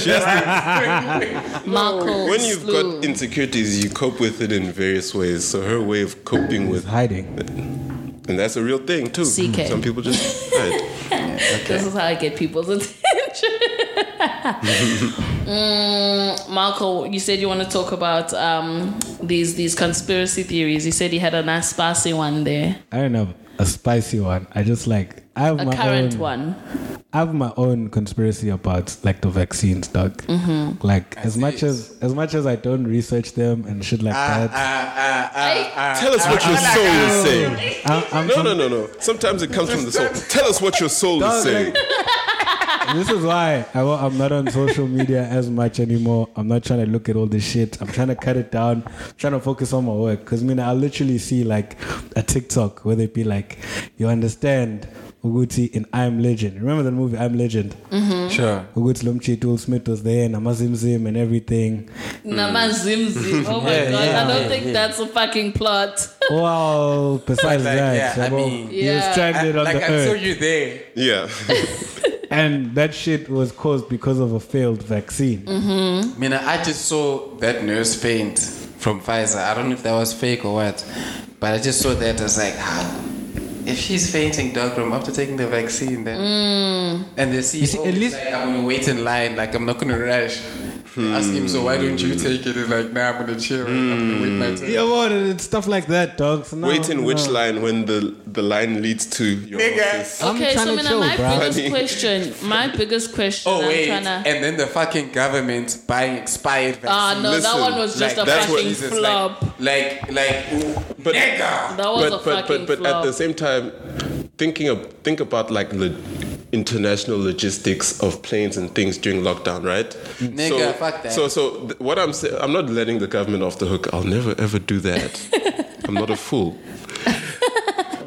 When you've slew. got insecurities, you cope with it in various ways. So her way of coping with, Hiding. and that's a real thing too. CK. Some people just hide. this is how I get people's attention. mm, Marco, you said you want to talk about um, these these conspiracy theories. You said you had a nice spicy one there, I don't have a spicy one. I just like I have a my current own, one. I have my own conspiracy about like the vaccines, dog. Mm-hmm. Like as much as as much as I don't research them and shit like that. Ah, Tell us what your soul is saying. I, I'm No, no, no, no. Sometimes it comes from the soul. Tell us what your soul Dog, is saying. this is why I, wa- I'm not on social media as much anymore. I'm not trying to look at all this shit. I'm trying to cut it down. I'm trying to focus on my work. Because, I mean, I literally see like a TikTok where they be like, you understand Uguti in I'm Legend. Remember the movie I'm Legend? Mm. Mm-hmm. Sure. Uguti Lomchit, Will Smith was there, and Amazimzim and everything. Hmm. Namazimzi. Oh my god, I don't yeah, think yeah. that's a fucking plot. Well, besides Like, that, yeah, I yabo, mean- he was Yeah. stranded on like the I earth. saw you there. Yeah. and that shit was caused because of a failed vaccine. Mm-hmm. Mina, I just saw that nurse faint from Pfizer. I don't know if that was fake or what, but I just saw that. I was like, ah, if she's fainting, dog, from after taking the vaccine, then and they see, Mm. see, oh, at at least- least like, I'm gonna wait in line. Like I'm not gonna rush. Ask him, so why don't you take it? He's like, nah, I'm gonna chill. I'm gonna wait my turn. Yeah, well, it's stuff like that, dog. So now- Wait in which now- line when the the line leads to your office. I'm okay, trying so to Mina, chill, my bruh. biggest question, my biggest question. Oh I'm wait, tryna- Eh, and then the fucking government buying expired vaccines. Ah no, that Listen, one was just like, a that's what fucking this Jesus, flop. Like, like, like But- nigga. that was a but but fucking but, but flop. at the same time, thinking of think about like the international logistics of planes and things during lockdown, right? Nigga, so, fuck that. So so th- what I'm saying, I'm not letting the government off the hook. I'll never ever do that. I'm not a fool.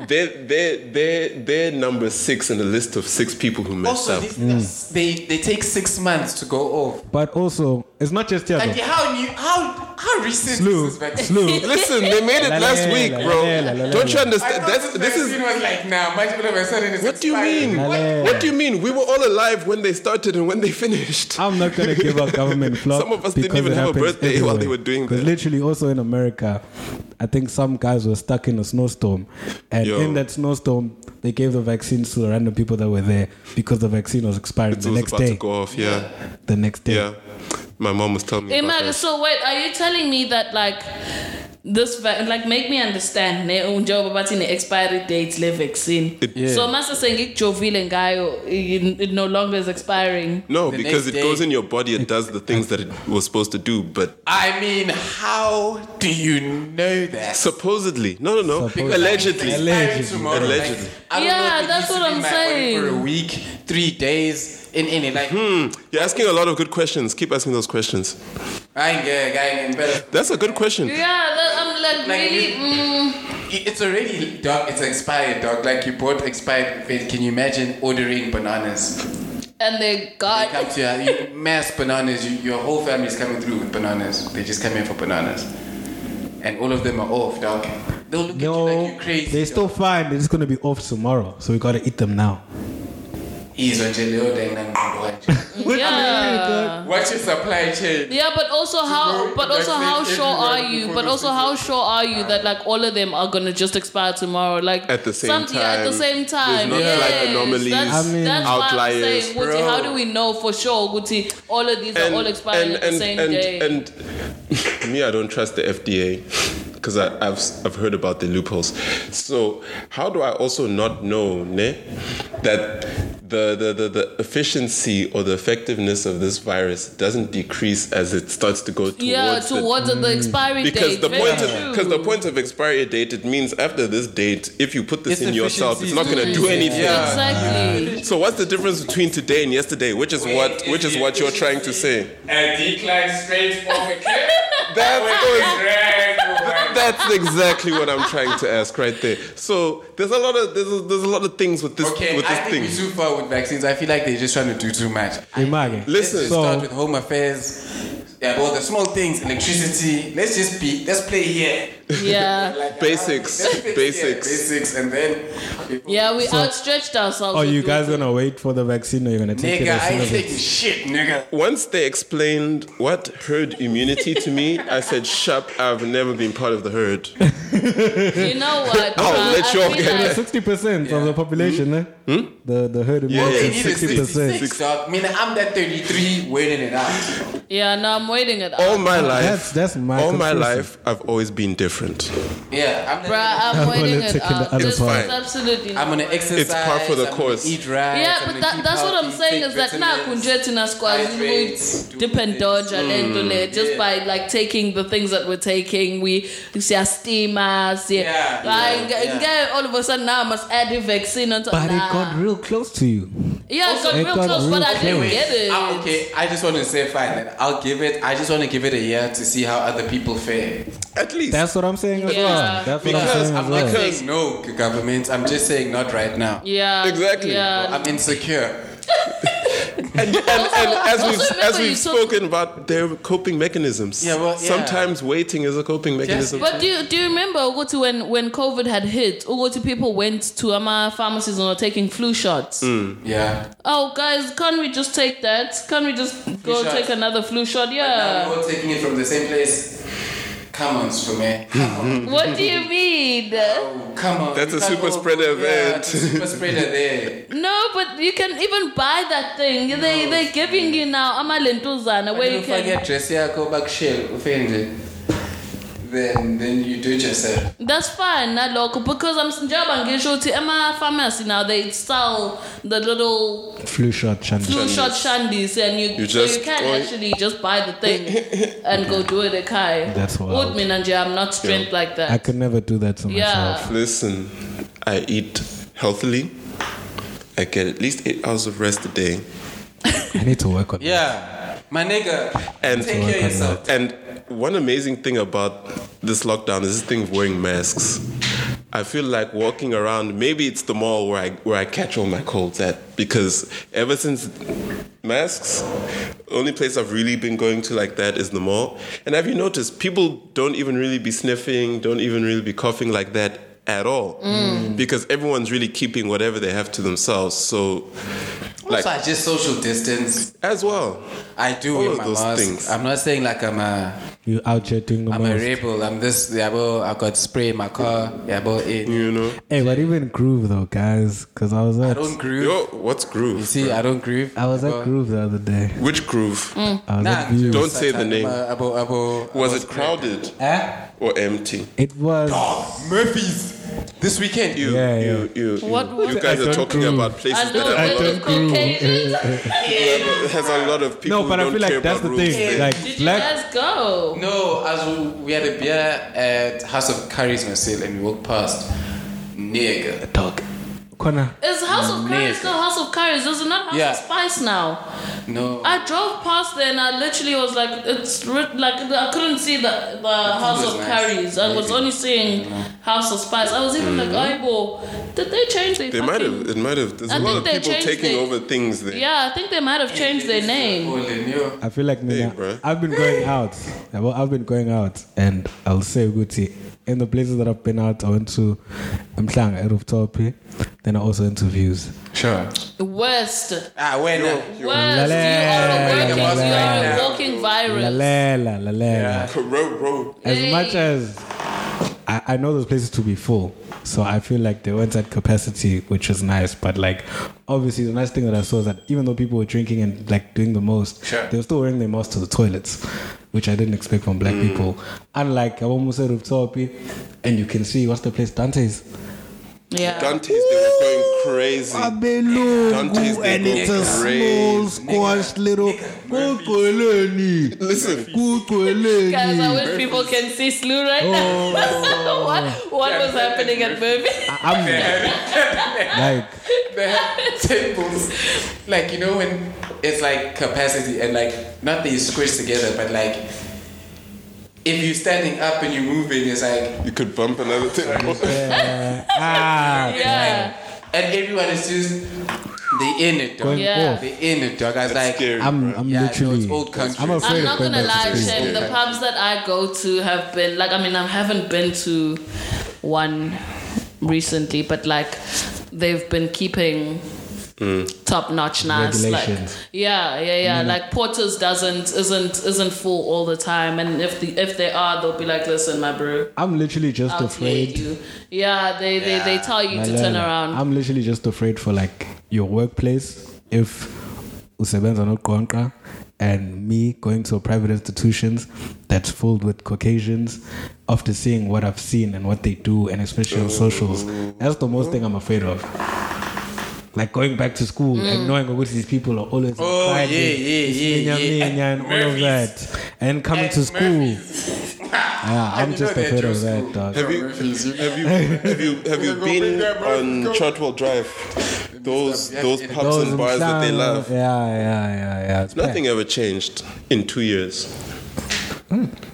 They're, they're, they're, they're number six in the list of six people who messed Also, up. these, they they take six months to go off. But also, It's not just Tiago. Like how new? How how recent Slew, is this vaccine? slew. Listen, they made it La, la, last la, week, la, bro. la, la, la, la, Don't you la. I understand? thought That's this vaccine is. was like now. Much all of a sudden it's What do you expired. mean? La, What? la. What do you mean? We were all alive when they started and when they finished. I'm not gonna give up government flop. Some of us didn't because even it have a happens birthday while everywhere. they were doing 'Cause that. Literally, also in America, I think some guys were stuck in a snowstorm, and Yo. in that snowstorm, they gave the vaccines to the random people that were there because the vaccine was expiring It the was next about to day. go off. Yeah, The next day, yeah. My mom was telling me. about Imagine. that. So wait, are you telling me that like this va- like make me understand ne unjoba bathi ne expiry date le vaccine. So masa saying ikujovile ngayo it it no longer is expiring. No, The because next it day- goes in your body. It does the things that it was supposed to do. But I mean, how do you know that? supposedly, no, no, no. Supposedly. Allegedly, Allegedly. Tomorrow, Allegedly. Like, I don't Yeah, know if it that's needs to what be I'm my body saying. For a week, three days, in any like, you're asking a lot of good questions. Keep asking those questions. I ain't good, I ain't better. That's a good question. Yeah, that, I'm like, Like, really. you- Mm, It's already dog. It's expired, dog. Like you bought expired. food. Can you imagine ordering bananas? and they They got come to you, you mass bananas. You, your whole family's coming through with bananas. They just come in for bananas, and all of them are off, dog. They'll look at you No, like you're crazy. they're still fine. They're just gonna be off tomorrow, so we gotta eat them now. Ease on Jelly, oh, then I'm going to watch. yeah. Watch your supply chain. Yeah, but also how, go but also vaccinate how sure everyone are you? before But those also how sure are you that like all of them are gonna just expire tomorrow? Like At the same yeah, at the time, same there's time, not, like, yes. anomalies, That's, I mean- that's why I'm outliers, saying, Guti, how do we know for sure, Guti? All of these are all expiring at the same and, day. And, me, I don't trust the FDA because I've s- I've heard about the loopholes. So how do I also not know ne, that the, the, the, the efficiency or the effectiveness of this virus doesn't decrease as it starts to go towards yeah, the- towards the, Mm. expiry because date. the Very point true. of, because the point of expiry date it means after this date if you put this It's in yourself it's not going to do anything exactly. so what's the difference between today and yesterday which is what which is what you're trying to say And decline straight from the cliff. that's Drag over. that's exactly what I'm trying to ask right there. So there's a lot of there's a, there's a lot of things with this Okay, with I this think thing. we're too far with vaccines. I feel like they're just trying to do too much. Imagine. Listen, Let's So- start with home affairs. Yeah, all the small things, electricity. Let's just be. Let's play here. uh, Yeah. basics, Let's fix here, basics. basics, and then. before- Yeah, we outstretched ourselves. Are with Oh, you guys gluten. gonna wait for the vaccine, or you're gonna take it Nigga, as I soon ain't as taking it's shit, nigga. Once they explained what herd immunity to me, I said, "Sharp, I've never been part of the herd." You know what? I'll bruh? let I y'all feel get like- sixty percent of the population? eh? The the herd Yeah, immunity yeah. Hmm? They is need a sixty percent. 66, dog. I mean, I'm that 33 waiting it out. Yeah, no, I'm waiting it All out. my life, That's that's my all my conspiracy. life, I've always been different. Yeah, I'm Bruh, um, that. I'm, I'm waiting gonna it take in the out. other This part. is absolutely I'm gonna exercise. par for the I'm gonna course. Eat right. yeah, I'm but gonna that, keep that's what I'm healthy, saying take is that now vitamins. kunje tina squad we Hydrate, do dip and things. dodge and end on it just by like taking the things that we're taking. We see our steamers, yeah. Yeah, like yeah, and then all of a sudden now I must add the vaccine on top. But nah. it got real close to you. yeah, it got it real got close, real but I didn't close. get it. Ah, okay, I just want to say fine. Then I'll give it. I just want to give it a year to see how other people fare. At least That's what I'm saying as Yeah. well. That's what I'm Because saying I'm as not well. saying- Saying no, government. I'm just saying not right now. Yeah, Exactly. Yeah, I'm insecure. and, and, and as Also we've remember as you we've took- spoken about their coping mechanisms. Yeah, well, yeah. Sometimes waiting is a coping mechanism. But do you, do you remember Ugotu when when COVID had hit? Ugotu people went to ama pharmacies and were taking flu shots. Mm. Yeah. Oh guys, can't we just take that? Can't we just go shots. take another flu shot? Uh. Now Yeah. we're all taking it from the same place. Come on, Spume. Come on. What do you mean? Oh, Come on. Mm-hmm. That's We a can't super go- spreader yeah, event. it's a super spreader there. No, but you can even buy that thing. They they're giving you now ama lentuzana where you If I can. get dressed, yeah, go back shell, offended. Then, then you do it yourself. That's fine, not local because I'm njengoba ngisho ukuthi ama pharmacy now they sell the little Flu shot, Chandra. flu shot shandies and you, You so just you can go- actually just buy the thing and go do it at Kai. That's wild. Would mean Nanja, I'm not strength like I that. could never do that to myself. yeah. Listen, I eat healthily. I get at least eight hours of rest a day, I need to work on. Yeah. My nigga, and take care of yourself. and one amazing thing about this lockdown is this thing of wearing masks. I feel like walking around. Maybe it's the mall where I where I catch all my colds at because ever since masks, only place I've really been going to like that is the mall. And have you noticed people don't even really be sniffing, don't even really be coughing like that at all Mm. because everyone's really keeping whatever they have to themselves. So, like so I just social distance. as well, I do All wear of my those mask. things. I'm not saying like I'm a You out here doing the I'm a most. rebel. I'm this. Yeah, bro, I got spray in my car. Yeah, bro, eh. you know. Hey, but even groove though, guys, because I was I at don't groove. Yo, what's groove? you see, I don't groove. I was Abo- at groove the other day. Which groove? I was Nah, at view. Don't say the name. Abo- abo- abo- Was abo- it crowded or empty? It was Murphy's this weekend? You, Yeah, yeah. you, you, you, What was- you guys I are don't talking groove. about places I that know, have I a lot don't of, eh, Caucasians. has a lot of people. no, but who I don't feel care like that's the about rules. thing. Like Did you black, guys go? No, as we, we had a beer at House of Curry's Marcel and we walked past. Nigga. Dog. Connor. Is House of Curry still House of Curry? There's not House Yeah. of Spice now. No. I drove past there and I literally was like, it's writ- like I couldn't see the, the House was of nice. Curries. I was only seeing House of Spice. I was even like, eyeball, did they change their They might fucking- have. It might have. There's I a lot think of they people changed taking it. over things there. Yeah, I think they might have changed their name. Yo. I feel like Mina, bruh. I've been going out. Yeah, well, I've been going out, and I'll say Guti. In the places that I've been out, I went to Mtlang at rooftop. eh? Then I also went to views. Sure. Worst. Worst. Ah, wait, no. You are a working, you are a walking La virus. la la la la. la. Corro- ro- As Hey. much as I, I know those places to be full, so I feel like they went at capacity, which was nice. But like, obviously, the nice thing that I saw is that even though people were drinking and like doing the most, they were still wearing their masks to the toilets, which I didn't expect from black Mm. people. Unlike I almost said rooftop, eh, and you can see what's the place Dante's. Yeah. Dante's. They were going crazy. Um, Dante's, Abelungu, they and go it's a small crazy. squashed little. Kugcweleni, Listen, kugcweleni. Guys, I wish people can see Slu right Oh. now. what what was happening at Murphy? I'm like. They have tables. Like, you know, when it's like capacity and like, not that you squish together, but like, if you're standing up and you're moving, it's like, you could bump another thing. Ah, Yeah. and everyone is just, they in it, dog. Going Yeah. off. They in it, dog. I was like, scary. I'm, I'm Yeah, I know, it's literally. old country. I'm afraid I'm of not going gonna back lie, to school. Shem. The pubs that I go to have been like I mean I haven't been to one recently, but like they've been keeping top notch nice. Like Regulations. Mm. yeah, yeah, yeah. Like Porter's doesn't isn't isn't full all the time and if the if they are they'll be like, Listen, my bro, I'm literally just I'll afraid. trade you. Yeah, they, they they tell you to turn Malala, around. I'm literally just afraid for like your workplace if usebenza nokugonqa and me going to a private institutions that's filled with Caucasians after seeing what I've seen and what they do and especially on socials. That's the most thing I'm afraid of. Like going back to school Mm. and knowing what these people are always Oh, yeah, yeah, yeah, yeah. and, and all of that. And coming to school. Yeah, I'm you just know they're afraid of just that, cool. dog. Have you, have you have you have you been on Chartwell Drive? Those those pubs Those and bars that they Mhlanga- love. Yeah, yeah, yeah, yeah. It's Nothing ever changed in two years.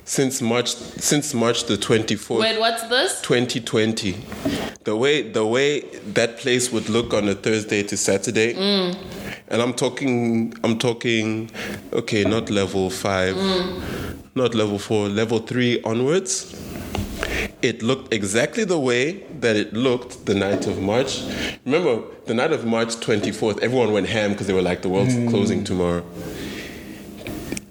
Since March since March the twenty fourth. Wait, what's this? 2020 the way the way that place would look on a thursday to saturday and i'm talking i'm talking okay not level 5 not level 4 level 3 onwards it looked exactly the way that it looked the night of March. Remember, the night of March 24th, everyone went ham because they were like, the world's closing tomorrow.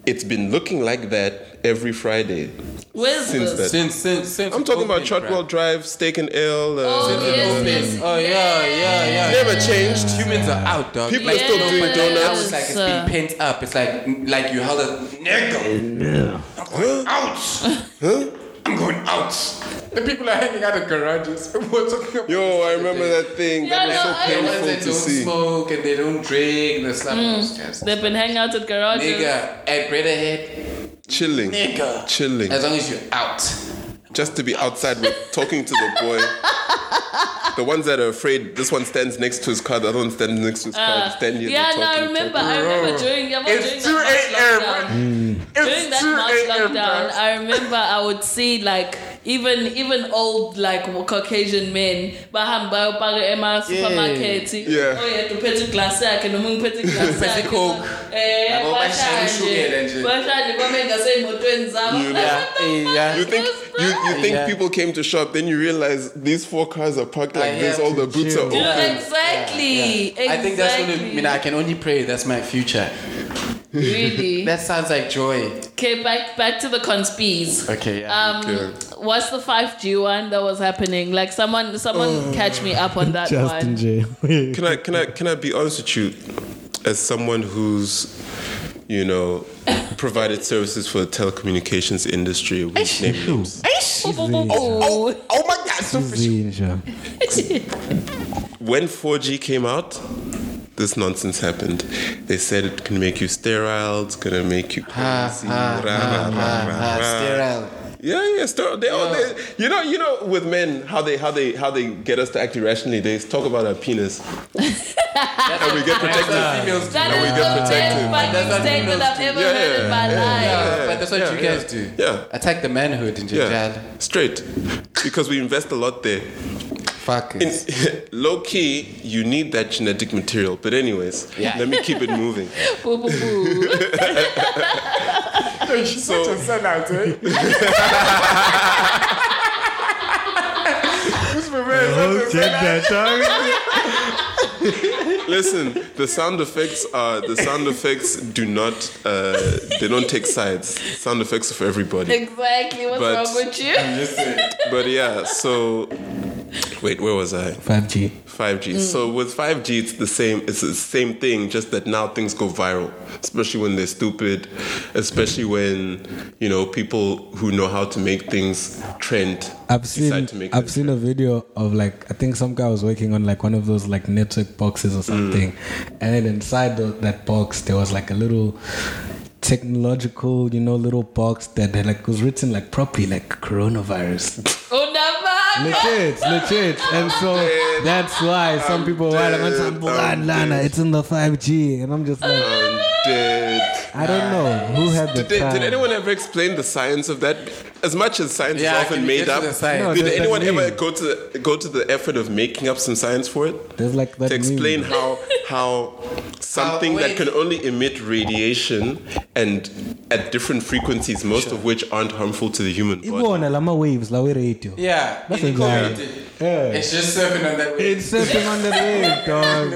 It's been looking like that every Friday. Where's Since this? that- since, since, since. I'm talking about opened, bruh. Chartwell Drive, Steak and Ale. Uh, Oh, yes, yes. Oh, yeah, yeah, yeah. Never changed. Humans are out, dog. People are still doing nobody- donuts. I was like, it's Uh, been pent up. It's like, like you held a nigga. Out. I'm going out. The people are hanging out of garages. We're talking about Yo, I remember that thing. Yeah, that was no, so I- The painful ones that to don't see. smoke and they don't drink. There's like, Mm. They've been hanging out at garages. nigga, at Breadhead, Chilling. nigga. Chilling. As long as you're out. Just to be outside with talking to the boy. The ones that are afraid, this one stands next to his car, the other one stands next to his car, Uh, standing yeah, no, I remember. I remember during, yeah, well, It's 2 during that a.m. March lockdown. During that March lockdown, I remember I would see like even even old like Caucasian men bahamba upaka ema supermarket. Yeah. Oh yeah, to petty glass yakhe noma ngiphethe iglass yakhe. Uphethe i-Coke. Eh, Yabo, bashaya ushukela nje. bashanje. Bashanje kwabengasey'motweni zabo. You- Like, what the Eh, yeah. You think you, you think Yeah. people came to shop, then you realize these four cars are parked like I this, have all to the boots are chill. open. You know, exactly. exactly. I think that's gonna. I mean, I can only pray that's my future. really. That sounds like joy. Okay, back back to the conspies. Okay. Yeah. Um, Okay. what's the five G one that was happening? Like someone, someone Oh. catch me up on that Justin one. J. Can I can I can I be honest with you, as someone who's, you know, provided services for the telecommunications industry, we name names. Oh, Oh my God! So Zinja. when 4G came out, this nonsense happened. They said it can make you sterile. It's gonna make you crazy. rah, rah, rah, rah, rah. Sterile. Yeah, yeah, sterile. They, all they, you know, you know, with men, how they, how they, how they get us to act irrationally. They talk about our penis, and we get protected. Females do. that we is get the protected. best what fucking statement females I've ever Yeah, heard in my life. Yeah, but that's what you guys do. Yeah. Attack the manhood in jail. Yeah, straight, because we invest a lot there. Fuck In, it. low key, you need that genetic material. But anyways, Yeah. let me keep it moving. Boo, boo, boo. So Oh, gender target. listen, the sound effects are the sound effects do not uh, they don't take sides. Sound effects are for everybody. exactly. What's But- wrong with you? But yeah, so wait, where was I? 5G. Mm. 5G. So with 5G, it's the same. It's the same thing. Just that now things go viral, especially when they're stupid, especially when you know people who know how to make things trend. I've seen decide to make I've them seen a trend. video of like I think some guy was working on like one of those like network boxes or something, Mm. and then inside tho- that box there was like a little technological you know little box that that like was written like properly like coronavirus Oh, never. legit legit and so that's why some people were like dead, "Some people, I'm "Ah, nah, nah, dead." it's in the 5g and i'm just like I'm dead. i don't know who had the Did, they, time did anyone ever explain the science of that? As much as science Yeah, can is often you made get to up, the science? No, did there's anyone that ever meme. go to the, go to the effort of making up some science for it? there's like that to explain meme. how how something that wait. can only emit radiation and at different frequencies, most of which aren't harmful to the human body. ibona lama waves lawe radio Yeah. That's in anxiety. COVID. yeah It's just surfing on that. It's surfing on the wave, dog.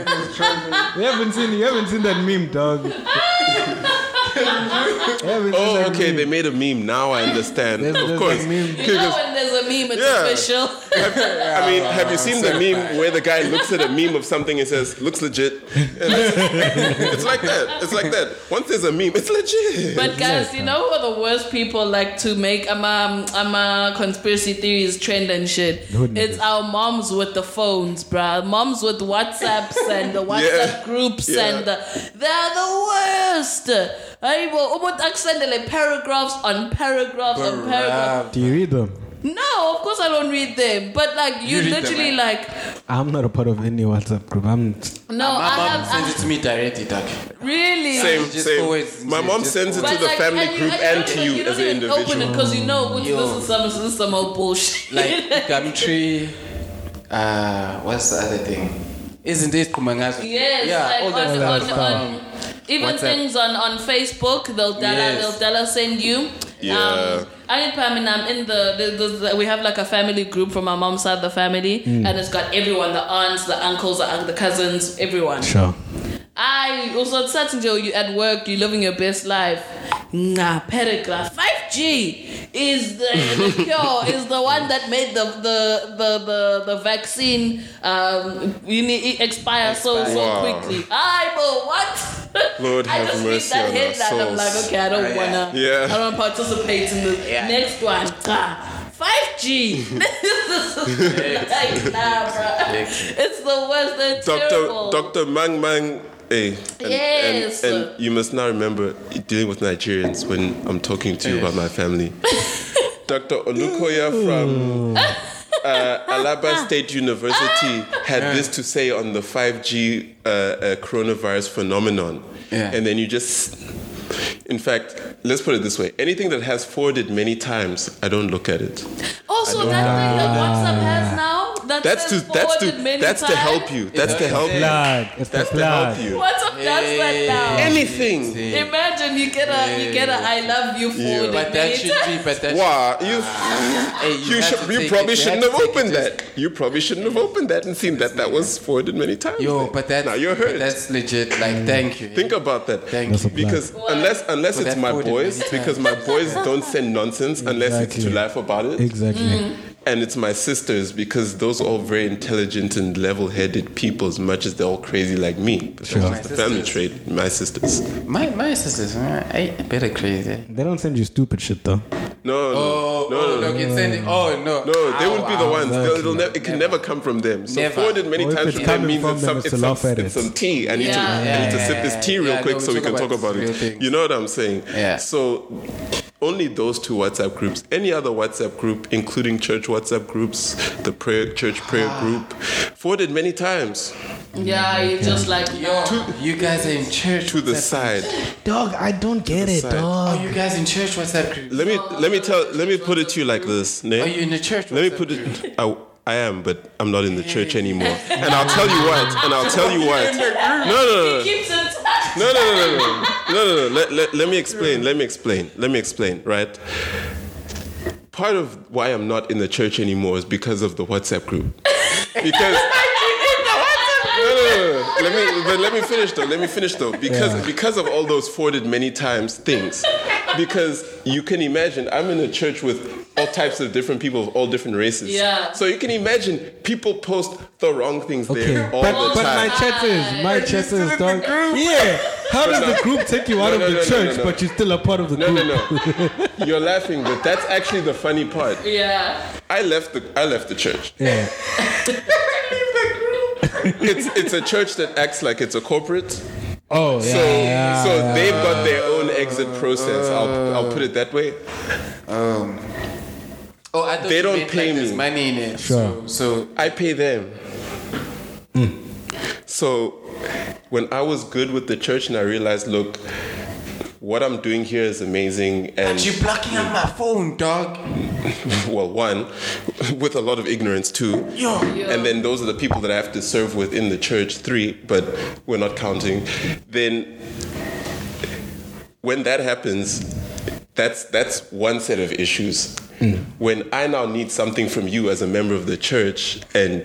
you haven't seen you haven't seen that meme, dog. You haven't seen Oh, that okay. meme. They made a meme. Now I understand. There's- of there's course. that meme. You know when there's a meme, it's Yeah. official. I mean, have you Ah, seen the meme where the guy looks at a meme of something and says, "Looks legit"? it's like that. It's like that. Once there's a meme, it's legit. But guys, you know who are the worst people like to make um, um, um uh, conspiracy theories trend and shit? Who'd make It's it? our moms with the phones, bruh. Moms with WhatsApps and the WhatsApp groups Yeah. and the, they're the worst. I will almost accidentally paragraphs on paragraphs on paragraphs. Do you read them? No, of course I don't read them. But like you, read them, literally like I'm not a part of any WhatsApp group. I'm no, Oh, My I mom have I- sends it to me directly, dog. really same, Just same. always- My mom just sends it to But, the like, family you- group you and don't to even- you, don't as an even Open it individual. because you know which- this Yo. is some this is some old bullshit. like Gumtree. Uh, what's the other thing? Isn't it Kumangazo? Yes, yeah, all like that on, stuff. on, on, even WhatsApp. things on, on Facebook, they'll dala, Yes. they'll dala send you. Yeah. Um, I need Pam and I'm in the, the, the, the- we have like a family group from my mom's side of the family, and it's got everyone the aunts, the uncles, the, the cousins, everyone. sure. I also certain Joe, you at work, you're living your best life. Nah, paragraph 5G is the, the cure, is the one that made the the the, the, the vaccine um you need, it expire so so Wow. quickly. I but what? Lord I have just mercy read that on our headline. I'm like, souls. okay, I don't wanna Yeah. I don't participate in this next one. Ah, 5G. this is like, nah, bruh. It's the worst. They're Doctor terrible. Doctor Mang Mang. Hey, and, Yes. and, and you must now remember dealing with Nigerians when I'm talking to you about my family. Dr. Olukoya from uh, Alaba State University had this to say on the 5G uh, uh, coronavirus phenomenon. Yeah. And then you just, in fact, let's put it this way anything that has forwarded many times, I don't look at it. Also, that thing that WhatsApp has now. That That's says to that's to forwarded many that's to times. help you. That's to help you. Plug. It's the That's to help plug. you. WhatsApp does that now. Anything. Imagine you get a you get a I love you forwarded But many that should be. But that. Wow, you Hey, you you, have should, to you take probably it. have shouldn't to have take it opened just- that. You probably shouldn't have opened that and seen that that was forwarded many times. Yo, then. but that's now you're But hurt. that's legit. Like, thank you. Think about that. Thank That's you. a plan. Because unless unless Well, it's that my food is boys, many because my boys don't send nonsense unless it's to Exactly. laugh about it. Exactly. Mm. And it's my sisters because those are all very intelligent and level headed people as much as they're all crazy like me. But Sure. that's just the family trait, my sisters. My my sisters, man, I a bit crazy. They don't send you stupid shit though. No, no, Oh, no, no, oh, look, it's sending. Oh no, No, they Ow, wouldn't be the ow. ones. They'll- it'll ne- it can never come from them. So Never. forwarded many Or if times it's from them coming means from it's them, some, it's it's, to some, laugh at it's it. some tea. I need to, Yeah. I need to Yeah, sip this tea yeah, real yeah. quick No, so we we can talk talk about about it. real things. You know what I'm saying? Yeah. So only those two WhatsApp groups. Any other WhatsApp group, including church WhatsApp groups, the prayer church prayer Ah. group, forwarded many times Yeah, you just like yo. Yo, you guys are in church to the WhatsApp. side. Dog, I don't get it, Side. Oh, dog. you guys in church? What's that group? Let me let me tell let me put it to you like this. Ne? Are you in the church? Let me WhatsApp put group? it. I, I am, but I'm not in the church anymore. And I'll tell you what. And I'll tell you what. No, no, no, no, Keeps in touch. no, no, no, no, no, no, no. Let, let, let me explain. Let me explain. Let me explain. Right. Part of why I'm not in the church anymore is because of the WhatsApp group. Because. No, no, no, no. Let me, but let me finish though. Let me finish though, because Yeah. because of all those forwarded many times things, because you can imagine I'm in a church with all types of different people of all different races. Yeah. So you can imagine people post the wrong things Okay, there all but, the but time. my chances, my chances, dog. Yeah, how does the group take you out No, of no, the no, no, church, no, no. but you're still a part of the no, group? no, no. You're laughing, but that's actually the funny part. Yeah. I left the I left the church. Yeah, It's it's a church that acts like it's a corporate. Oh, yeah. So, yeah, so yeah. they've got their own exit process. I'll, I'll put it that way. Oh, I thought They you don't meant, pay like, me. There's money in it. Sure. So, so I pay them. Hmm. So when I was good with the church and I realized, look, what I'm doing here is amazing and you blocking out my phone, dog. well one with a lot of ignorance too Yo. and then those are the people that I have to serve with in the church three but we're not counting then when that happens that's that's one set of issues Hmm. when I now need something from you as a member of the church and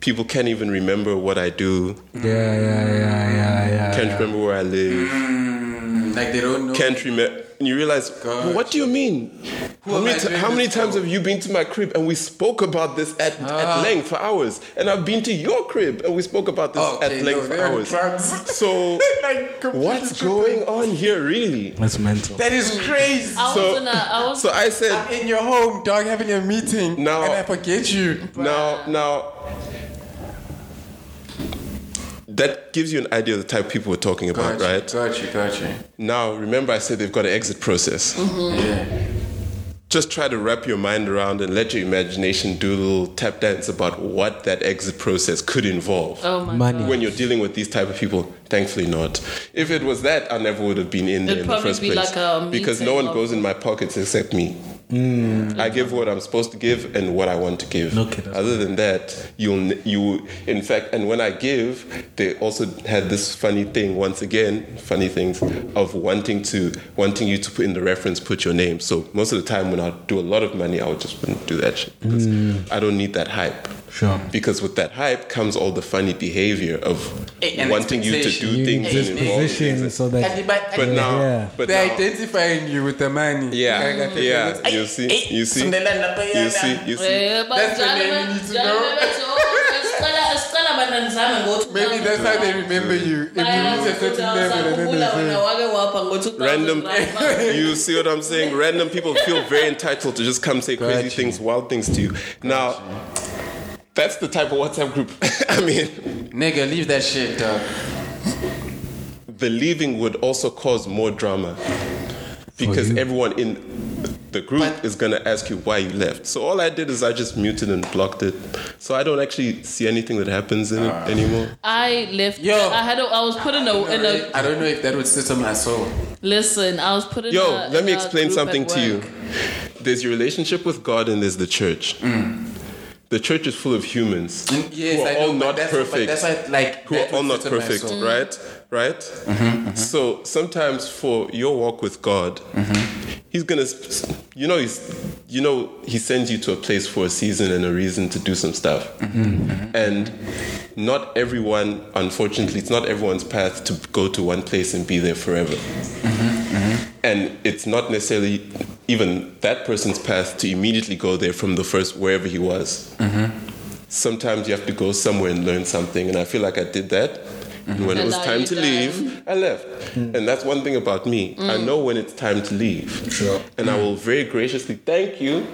people can't even remember what I do yeah, yeah, yeah, yeah, yeah. can't remember where I live Like they don't know. can't remember. And you realize, well, what do you mean? how am many, I ti- doing how many this times for? have you been to my crib? And we spoke about this at, Ah. at length for hours. And I've been to your crib and we spoke about this Okay, at length no, for hours. drugs. So, Like, completely what's different. going on here, really? That's mental. That is crazy. I was So- in a. I was. So I said, I'm in your home, dog, having a meeting, No. and I forget you. now, now, that gives you an idea of the type of people we're talking about, Got you, right? Got you, got you. Now, remember, I said they've got an exit process. Just try to wrap your mind around and let your imagination do a little tap dance about what that exit process could involve. oh my Money. When you're dealing with these type of people, thankfully not. If it was that, I never would have been in there It'd in the probably first be place like a because meeting no one of- Mm. goes in my pockets except me. I give what I'm supposed to give and what I want to give. Okay, that's Other than that, you'll n- you in fact, and when I give, they also had this funny thing once again, funny things of wanting to wanting you to put in the reference, put your name. So most of the time, when I do a lot of money, I would just wouldn't do that shit because Mm. I don't need that hype. Sure. Because with that hype comes all the funny behavior of and wanting you to expectation. do You things need this and involve things. position so that. But now, Yeah. but They're now, identifying you with the money. yeah, yeah, you see, you see, you see, you see. Yeah, but That's the Jalo name went- you need to Jalo know. went to, oh, Escala- Escala Bananzama ngo- Maybe that's how they remember you. If you reach a certain level, and then they say, Random, Random. you see what I'm saying? Random people feel very entitled to just come say crazy Gotcha. things, wild things to you. Now, that's the type of WhatsApp group. I mean, "Nigga, leave that shit, dog." the leaving would also cause more drama because you. everyone in the group is going to ask you why you left. So all I did is I just muted and blocked it. So I don't actually see anything that happens in Ah. it anymore. I left. Yo. I had. A, I was put in a. In a I don't know if that would sit on my soul. listen, I was put in. Yo, a, let me in a explain group something at to you. work. There's your relationship with God and there's the church. The church is full of humans Mm. Yes, who are I know, all but not that's, perfect. But that's why, like, who that are all would not sit on my perfect, Mm. soul. right? Right? So sometimes for your walk with God, He's gonna, s- you know, He's, you know, He sends you to a place for a season and a reason to do some stuff, and not everyone, unfortunately, it's not everyone's path to go to one place and be there forever. And it's not necessarily even that person's path to immediately go there from the first wherever he was Mm-hmm. sometimes you have to go somewhere and learn something. And I feel like I did that. Mm-hmm. And when it And was now time you to done. leave, I left. Mm. And that's one thing about me. I Mm. know when it's time to leave. Sure. And Mm. I will very graciously thank you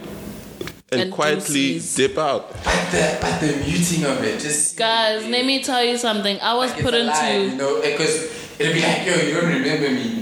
and, And quietly deuces. dip out. But the, but the muting of it, just Guys, let me tell you something. I was it's put a lie, you into. know, because it'll be like, yo, you don't remember me.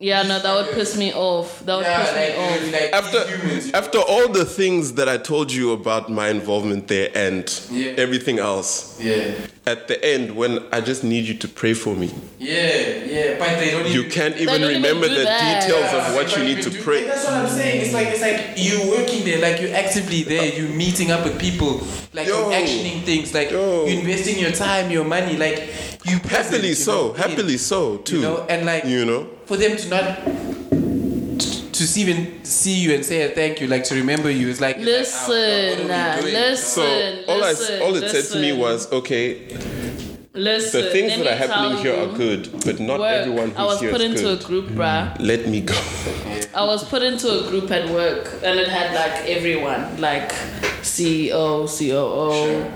Yeah, no, that would piss me off. That would Yeah, piss me like, off. it'll be like After, humans. after all the things that I told you about my involvement there and Yeah. everything else, yeah, at the end, when I just need you to pray for me, yeah, yeah, but they don't. you even- can't even don't even remember do the that. details Yeah, of they what you don't need even to do- pray. That's what I'm saying. It's like it's like you working there, like you're actively there, you meeting up with people, like Yo. you're actioning things, like Yo. you investing your time, your money, like you present, happily you so know what I mean? happily so too You know, and like you know for them to not to, to see even see you and say a thank you, like to remember you, is like it's like, oh, Listen, uh, what are we doing? so listen, all listen, i all it said to listen, me was okay listen, the things let that me are happening tell here you, are good but not work, everyone I was who's here put is into good a group, bruh. let me go I was put into a group at work, and it had like everyone, like E CEO, COO.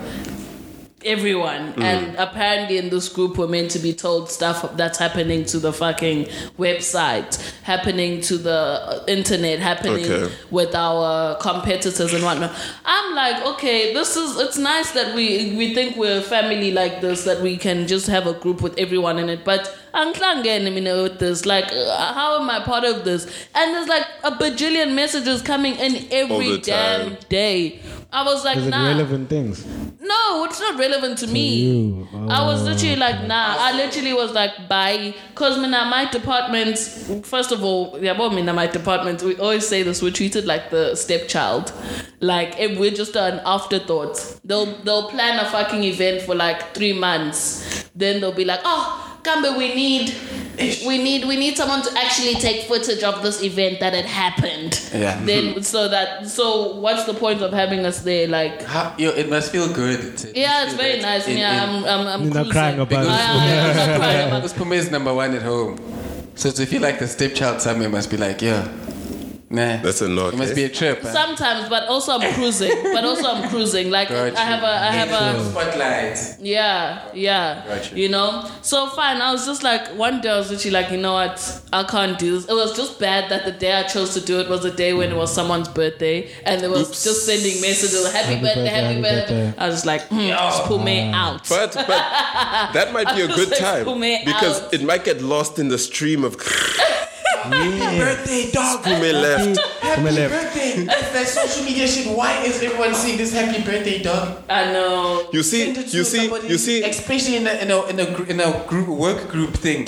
Everyone, Mm. and apparently in this group, we're meant to be told stuff that's happening to the fucking website, happening to the uh, internet, happening Okay. with our competitors and whatnot. I'm like, okay, this is it's nice that we we think we're a family like this, that we can just have a group with everyone in it. But I'm with this. Like, uh, how am I part of this? And there's like a bajillion messages coming in All the every time. damn day. I was like, Is it nah. relevant things? No, it's not relevant to me. you. I was literally like, nah. I literally was like, bye. Because in my department, first of all, yeah, well, in my department, we always say this, we're treated like the stepchild. Like, if we're just an afterthought. They'll, they'll plan a fucking event for like three months. Then they'll be like, oh, Kambe, we need... We need we need someone to actually take footage of this event that had happened. Yeah. Then so that so what's the point of having us there? Like How, yo, it must feel good. to- yeah, it's very nice. in- yeah, I'm, in- I'm, I'm You're not cool, crying sir. about it. I, am not crying about Because Puma is number one at home. So to feel like the stepchild somewhere must be like, yeah, nah. That's a knock, It must eh? be a trip. huh? Sometimes, but also I'm cruising. But also I'm cruising. Like Gotcha. I have a, I have a, Spotlight. yeah, yeah. Gotcha. You know. So fine. I was just like one day I was literally like, you know what? I can't do this. It was just bad that the day I chose to do it was a day when it was someone's birthday, and they was just sending messages, happy, birthday, happy birthday. I was just like, mm, just pull me Oh. out. but but that might be I a good was like, time pull me because out. it might get lost in the stream of Happy birthday, dog. Kume left Come here, left. birthday. That's that social media shit. Why is everyone seeing this happy birthday, dog? I know. you see Send it to you see somebody, you see Especially in a in a in a, gr- in a group work group thing.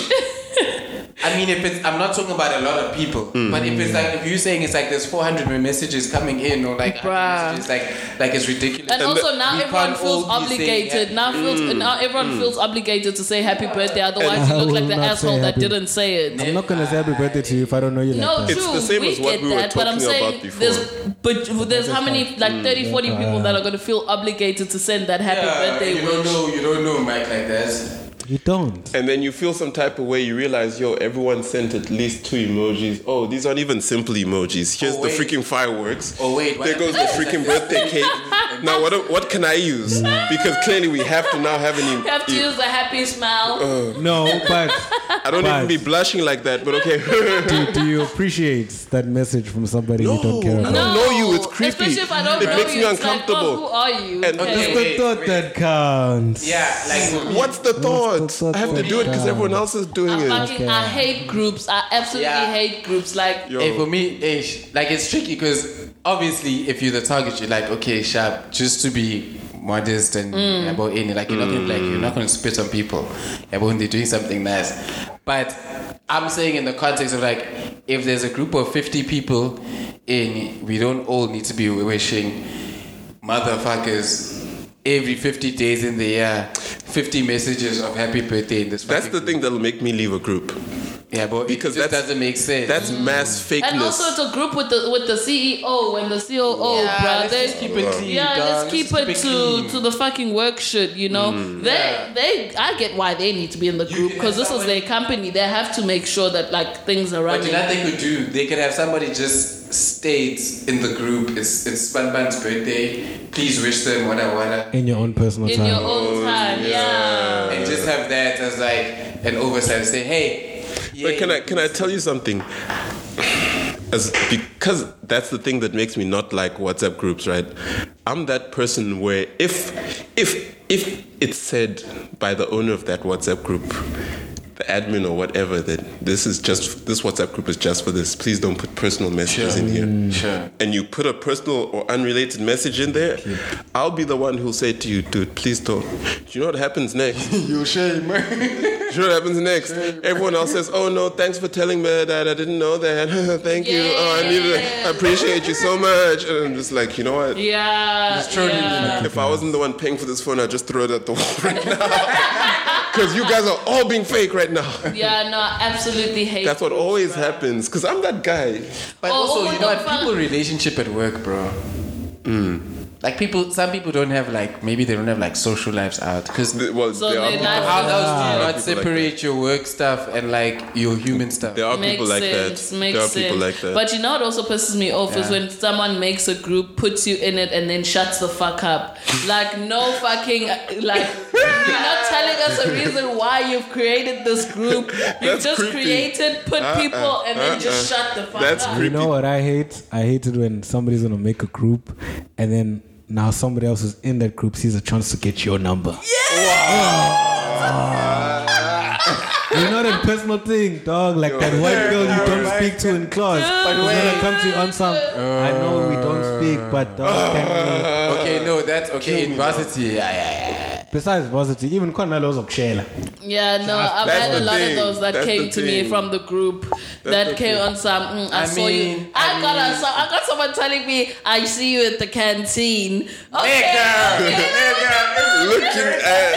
I mean, if it's, I'm not talking about a lot of people, but if it's like if you're saying it's like there's 400 messages coming in or like 100 Bruh. messages, like like it's ridiculous. And, also the- now We everyone can't feels all be saying obligated. happy Now feels Mm. now everyone feels obligated to say happy birthday. Otherwise, And I you look will like the not asshole say that happy- didn't say it. I'm not gonna say happy birthday to you if I don't know you No, like true. that. It's the same we as what get we were that, but I'm talking saying about before. Mm. there's but there's how many like 30, 40 people that are going to feel obligated to send that happy birthday you don't wish. know, you don't know, Mike, like that. You don't. And then you feel some type of way. You realize, yo, everyone sent at least two emojis. Oh, these aren't even simple emojis. Here's Oh, the wait. freaking fireworks. Oh, wait, why there goes the did I do freaking that? birthday cake. now what? What can I use? Because clearly we have to now have an. em- You have to use the happy smile. Uh, No, but I don't even Right. be blushing like that, but okay. do, do you appreciate that message from somebody you don't care about? no. no, know you, it's creepy. Especially if I don't It know makes you, me it's like, uncomfortable. oh, who are you? And- Okay. It's the Wait, thought wait. that counts. Yeah, like What's the thought? it. I have to do it because everyone else is doing I it. fucking I hate groups. I absolutely Yeah. hate groups. Like Yo. Hey, for me, hey, sh- like it's tricky because obviously, if you're the target, you're like, okay, sharp, just to be modest and Mm. about any, like you're not gonna like you're not gonna spit on people about when they're doing something nice. But I'm saying in the context of like, if there's a group of 50 people in, we don't all need to be wishing motherfuckers every 50 days in the year 50 messages of happy birthday in this. That's fucking the thing that'll make me leave a group. Yeah, but because because it just that's- doesn't make sense. That's mass fakeness. And also, it's a group with the with the CEO and the COO, Yeah, bruh. let's They- just keep it clean, Yeah, dog. let's Let's keep keep it it to clean. Mm. to the fucking work shit. You know, they they I get why they need to be in the group because this is their company. They have to make sure that like things are What running. do you not they could do? They could have somebody just stayed in the group. It's it's Banban's birthday. Please wish them wada wada, in your own personal in time. your own time, yeah. and just have that as like an oversight. Say hey, But yeah, can I can I tell you something? As because that's the thing that makes me not like WhatsApp groups, right? I'm that person where if if if it's said by the owner of that WhatsApp group, the admin or whatever, that this is just this WhatsApp group is just for this. Please don't put personal messages in here. Sure. And you put a personal or unrelated message in there, I'll be the one who'll say to you, dude, please don't. Do you know what happens next? You shame. Do you know what happens next? Everyone else says, "Oh no, thanks for telling me that. I didn't know that. Thank you. Oh, I need it. I appreciate you so much." And I'm just like, you know what? Yeah, yeah. If I wasn't the one paying for this phone, I'd just throw it at the wall right now. Because you guys are all being fake right now. yeah, no, I absolutely hate. That's what groups, always bruh. happens. Because I'm that guy. But Oh, also, oh, you know what? don't fuck. People relationship at work, bro. Hmm. Like people, some people don't have like maybe they don't have like social lives out because. Th- Well, So there are they're people, not- How else Ah, People do you like not separate your work stuff and like your human stuff? there are Makes people like sense. that. Makes there are sense. people like that. But you know what also pisses me off is Yeah. when someone makes a group, puts you in it, and then shuts the fuck up. like no fucking like you're not telling us a reason why you've created this group. You've That's just creepy. created, put Uh-uh, people, and then just uh-uh. shut the fuck That's up. creepy. You know what I hate? I hate it when somebody's gonna make a group and then now somebody else who's in that group sees a chance to get your number. Yeah. you know that personal thing, dog. Like that white girl you don't speak to in class. But gonna come to you on some. I know we don't speak, but dog, can okay, no, that's okay. In varsity, yeah, yeah, yeah. we, besides varsity, even Cornelos of Shela. Yeah, no, I've That's had a the lot of thing. those that That's came the to me thing. from the group that came on some. Mm, I, I saw you. mean, I, I got a, mean- so I got someone telling me I see you at the canteen. Okay, okay. Looking at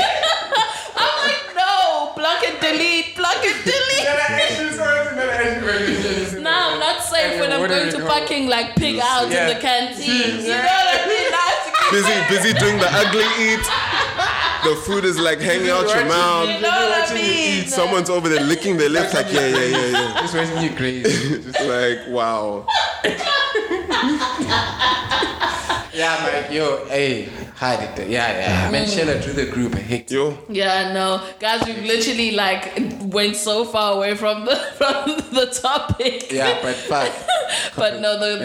I'm like, no, block and delete, block and delete. Now I'm not safe when I'm what do going you to know? fucking like pig out Yeah. in the canteen. You know what I mean? I have to keep- busy, busy doing the ugly eat. The food is like hanging out your mouth. You know what I mean? eat. Someone's over there licking their lips, like yeah, yeah, yeah, yeah. This wasn't you crazy. It's like wow. Yeah, Mike, yo, hey, hide it. there. Yeah, yeah. Man, Sheila drew the group. Hey, Ah. Yo, Yeah, no, guys, we literally like went so far away from the from the topic. yeah, but fuck. but no, the, the,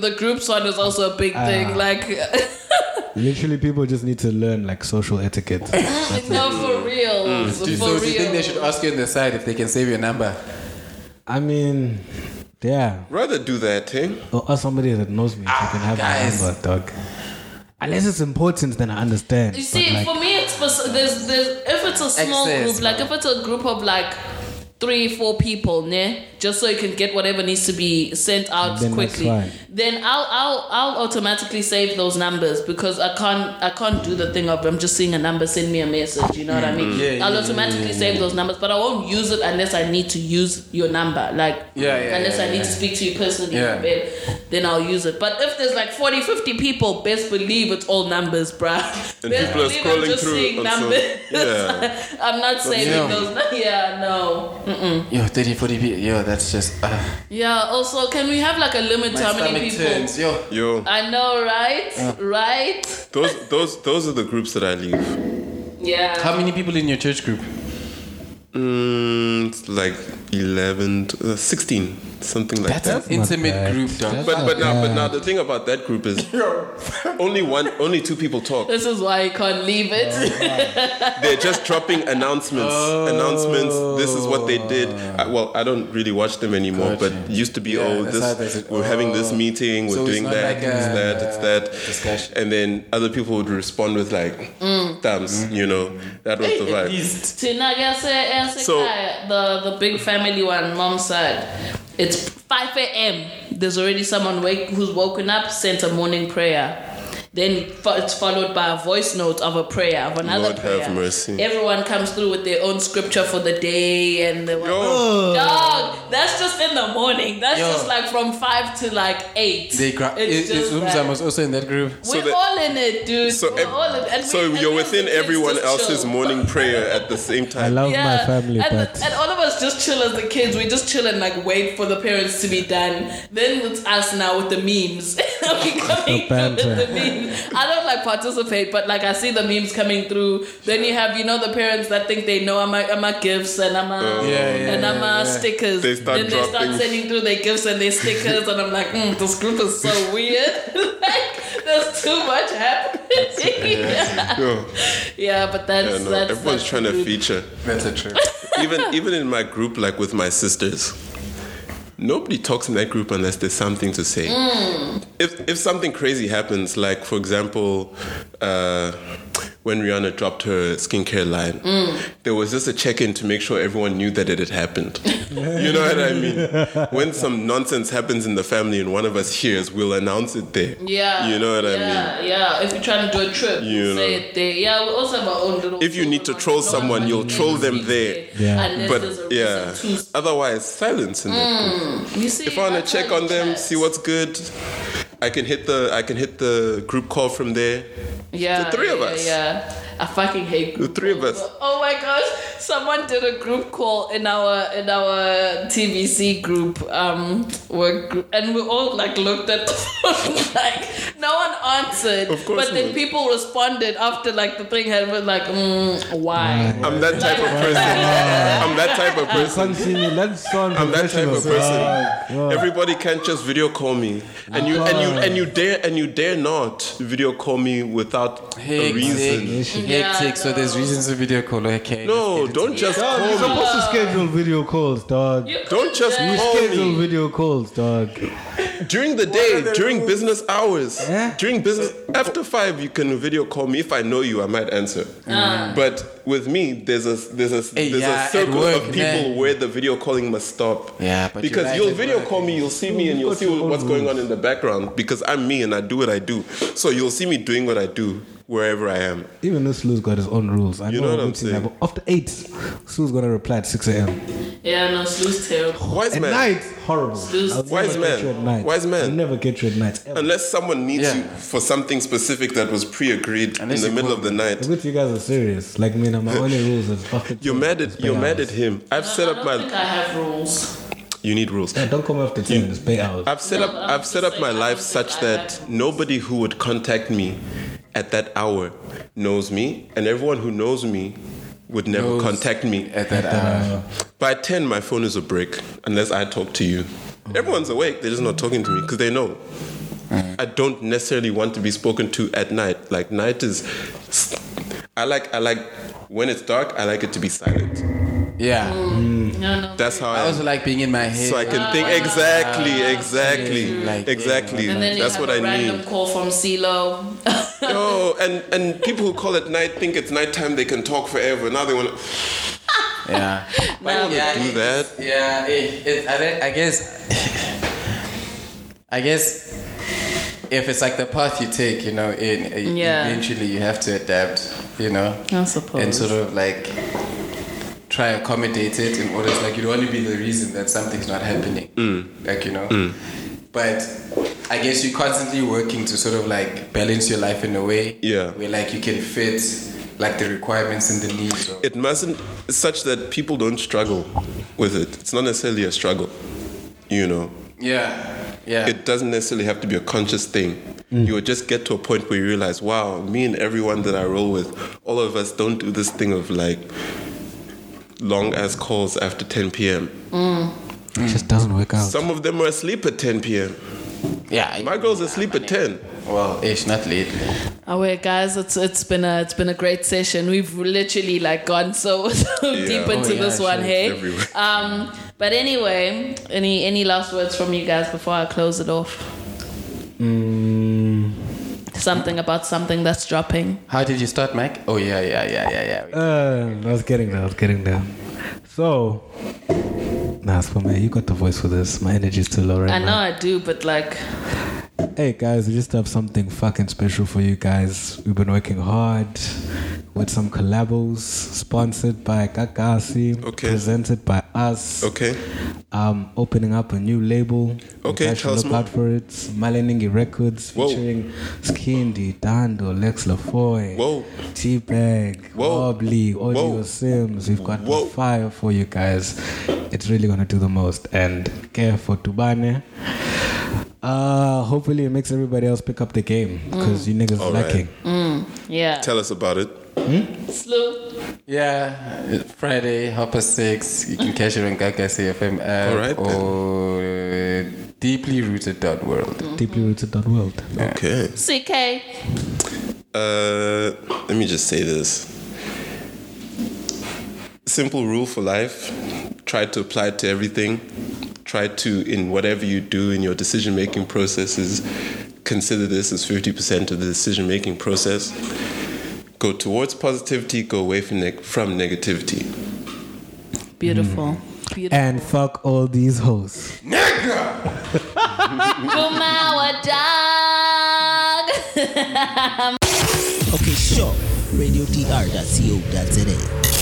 the, the groups one is also a big thing. Ah. Like, Literally, people just need to learn like social etiquette. no, for real, for Do you- real. so do you think they should ask you on the side if they can save your number? I mean, yeah. rather do that, eh? or, or somebody that knows me if you can have guys. my number, dog. Unless it's important, then I understand. You But, see, like, for me, it's spec- there's there's if it's a small Excess, group, like if it's a group of like three, four people, ne, just so you can get whatever needs to be sent out Then that's quickly. fine. Then I'll I'll I'll automatically save those numbers because I can't I can't do the thing of I'm just seeing a number, send me a message. You know what I mean? Mm-hmm. Yeah, I'll yeah, automatically save those numbers, but I won't use it unless I need to use your number. Like Yeah, yeah, unless yeah, I need yeah. to speak to you personally Yeah. in bed, then I'll use it. But if there's like 40, 50 people, best believe it's all numbers, bruh. And Best people are believe scrolling through seeing and so- numbers. Yeah. I'm not saving Yeah. those. Yeah, no. Yo, 30, 40 people. Yo, that's just. ah. Uh, Yeah. Also, can we have like a limit my to how many stomach people? turns. Yo, Yo, I know, right? Right? those those those are the groups that I leave. Yeah. how many people in your church group? Mm, around like 11, to, uh, 16, something like That's that. an intimate bad. group, dog. But but now but now the thing about that group is only one only two people talk. This is why you can't leave it. They're just dropping announcements. Announcements. This is what they did. I, well, I don't really watch them anymore, but it used to be oh that's how they this said, we're having this oh. meeting, we're So it's doing not that, like it's a that, it's that, discussion. and then other people would respond with like Mm. thumbs. Mm-hmm. You know, that was the vibe. So- so, the, the big family one, mom said, it's 5 a.m. There's already someone wake, who's woken up, sent a morning prayer. Then fo- it's followed by a voice note of a prayer, of another Lord prayer. have mercy. Everyone comes through with their own scripture for the day and the Oh. Yo. Dog, that's just in the morning. That's Yo. just like from 5 to like 8. They gra- It's is, is just Umzam that. was also in that group. We're that- all in it, dude. So, We're ev- all in it. And so we- and you're we have within the kids everyone just else's chill. morning prayer at the same time. I love Yeah, my family, and, but and all of us just chill as the kids. We just chill and like wait for the parents to be done. Then it's us now with the memes. we coming through banter. with the memes. I don't like participate, but like I see the memes coming through. Then you have you know the parents that think they know I'm a, I'm a gifts and I'm a yeah, and I'm a yeah, yeah. stickers. Oh. They start then they start dropping- sending through their gifts and their stickers, and I'm like, mm, this group is so weird. like there's too much happening. yeah. Yo. but that's Yeah, no, that's everyone's that's trying to the group. feature. That's a trip. even even in my group, like with my sisters, nobody talks in that group unless there's something to say. Mm. If if something crazy happens, like for example, uh, when Rihanna dropped her skincare line, Mm. there was just a check-in to make sure everyone knew that it had happened. you know what I mean? When some nonsense happens in the family and one of us hears, we'll announce it there. Yeah. You know what I mean? yeah, Yeah, if you're trying to do a trip, You you say know. it there. Yeah, we also have our own little. If you need to program. troll No one someone, really you'll needs troll to them be there. Yeah. Unless there's a Mm. But reason yeah, to. otherwise silence in that group. You see, if I want to check on them, see what's good. I can hit the I can hit the group call from there. Yeah, the three of yeah, us. Yeah, I fucking hate The group three of us. Oh my gosh! Someone did a group call in our in our TVC group um work group, and we all like looked at the phone like no one answered. Of course but then not. people responded after like the thing had been like mm, why? I'm that type of person. I'm that type of person. continue. Let's sound I'm that type of professional. person. Everybody can't just video call me, and you and you and you dare and you dare not video call me without a Hectic. reason. Hectic. Yeah, So there's reasons to video call. Okay. No, let's get don't into just Dog, you're call me. supposed to schedule video calls, dog. You Don't just couldn't call Schedule me video calls, dog. during the day, during business hours, Eh? Yeah. during business after five. You can video call me if I know you. I might answer. But with me, there's a there's a Hey, there's yeah, a at circle work, of man. people where the video calling must stop. Yeah, but because you're right, you'll at video work. call me, you'll see me, and you'll see You've got your what's own going on in the background. Because I'm me and I do what I do. So you'll see me doing what I do wherever I am. Even this Lou's got his own rules. I You know what I'm Lucy saying. never- After 8, Sue's gonna reply at 6 a.m. Yeah, no, Slew's terrible. Wise At man. night, horrible. Lou's I'll Wise never get man. you at night. Wise man. I'll never get you at night. Ever. Unless someone needs Yeah. you for something specific that was pre-agreed Unless in the you middle call of the night. It's good you guys are serious. Like me, and my only rules is fucking. You're mad at you're mad at him. I've set I up don't think my I have rules. you need rules. Yeah, don't come after 10, it's pay hours. I've set No, up but I'm I've set just up my saying, I life don't such think I that have- nobody who would contact me at that hour knows me, and everyone who knows me would never Knows. contact me. At that hour. uh, By ten, my phone is a break unless I talk to you. Everyone's awake; they're just not talking to me because they know I don't necessarily want to be spoken to at night. Like night is, I like I like when it's dark. I like it to be silent. Yeah. No, no. That's how I I. am. also like being in my head. so I can think exactly, exactly, Like, yeah. exactly. and then you That's have what a I random need. call from CeeLo. No, Oh, and and people who call at night think it's nighttime. They can talk forever. Now they want to yeah. Nah, would yeah, do that. Yeah, it, it, I, don't- I guess. I guess if it's like the path you take, you know, in, in- Yeah. eventually you have to adapt, you know, I suppose. and sort of like try accommodate it in order to like you don't want to be the reason that something's not happening, Mm. like you know. But I guess you're constantly working to sort of like balance your life in a way, Yeah. where like you can fit like the requirements and the needs. Of, It mustn't such that people don't struggle with it. It's not necessarily a struggle, you know. yeah, yeah. It doesn't necessarily have to be a conscious thing. Mm. You will just get to a point where you realize, wow, me and everyone that I roll with, all of us don't do this thing of like long ass calls after 10 p.m. It just doesn't work out. Some of them are asleep at 10 p.m. Yeah. My girl's asleep at 10. Well, ish, not lately. Oh wait, guys, it's it's been a it's been a great session. We've literally like gone so, so deep Oh, into yeah, this one, shit, hey. everywhere. Um, but anyway, any any last words from you guys before I close it off? mm, Something about something that's dropping. How did you start, Mike? Oh yeah, yeah, yeah, yeah, yeah. Uh, I was getting there. I was getting there. So, nah, it's for me. You got the voice for this. My energy's too low right I know now. I do, but like, Hey guys, we just have something fucking special for you guys. We've been working hard with some collabos, sponsored by Kakasi, Okay. presented by us. Okay. Um, opening up a new label. You Okay, guys should tell us look more. out for it. Maleningi Records Whoa. featuring Skindy, Dando, Lex LaFoy, Whoa. T Bag, Whoa. Wobbly, Whoa. Audio Sims. We've got Whoa. the fire for you guys. It's really gonna do the most. And care for Tubane. Uh, hopefully it makes everybody else pick up the game because you niggas Mm. All are right. lacking. yeah. Tell us about it. Slew. Yeah, Friday, half past six. You can catch it on Gaga CFM app All right, then. or uh, deeplyrooted.world. Deeply rooted dot world. Okay. CK. Uh, let me just say this. Simple rule for life try to apply it to everything. Try to, in whatever you do in your decision making processes, consider this as 50% of the decision making process. Go towards positivity, go away from, neg- from negativity. Beautiful. Mm. Beautiful. And fuck all these hoes. Kumawa dog. Okay, sure. RadioDR.co.za.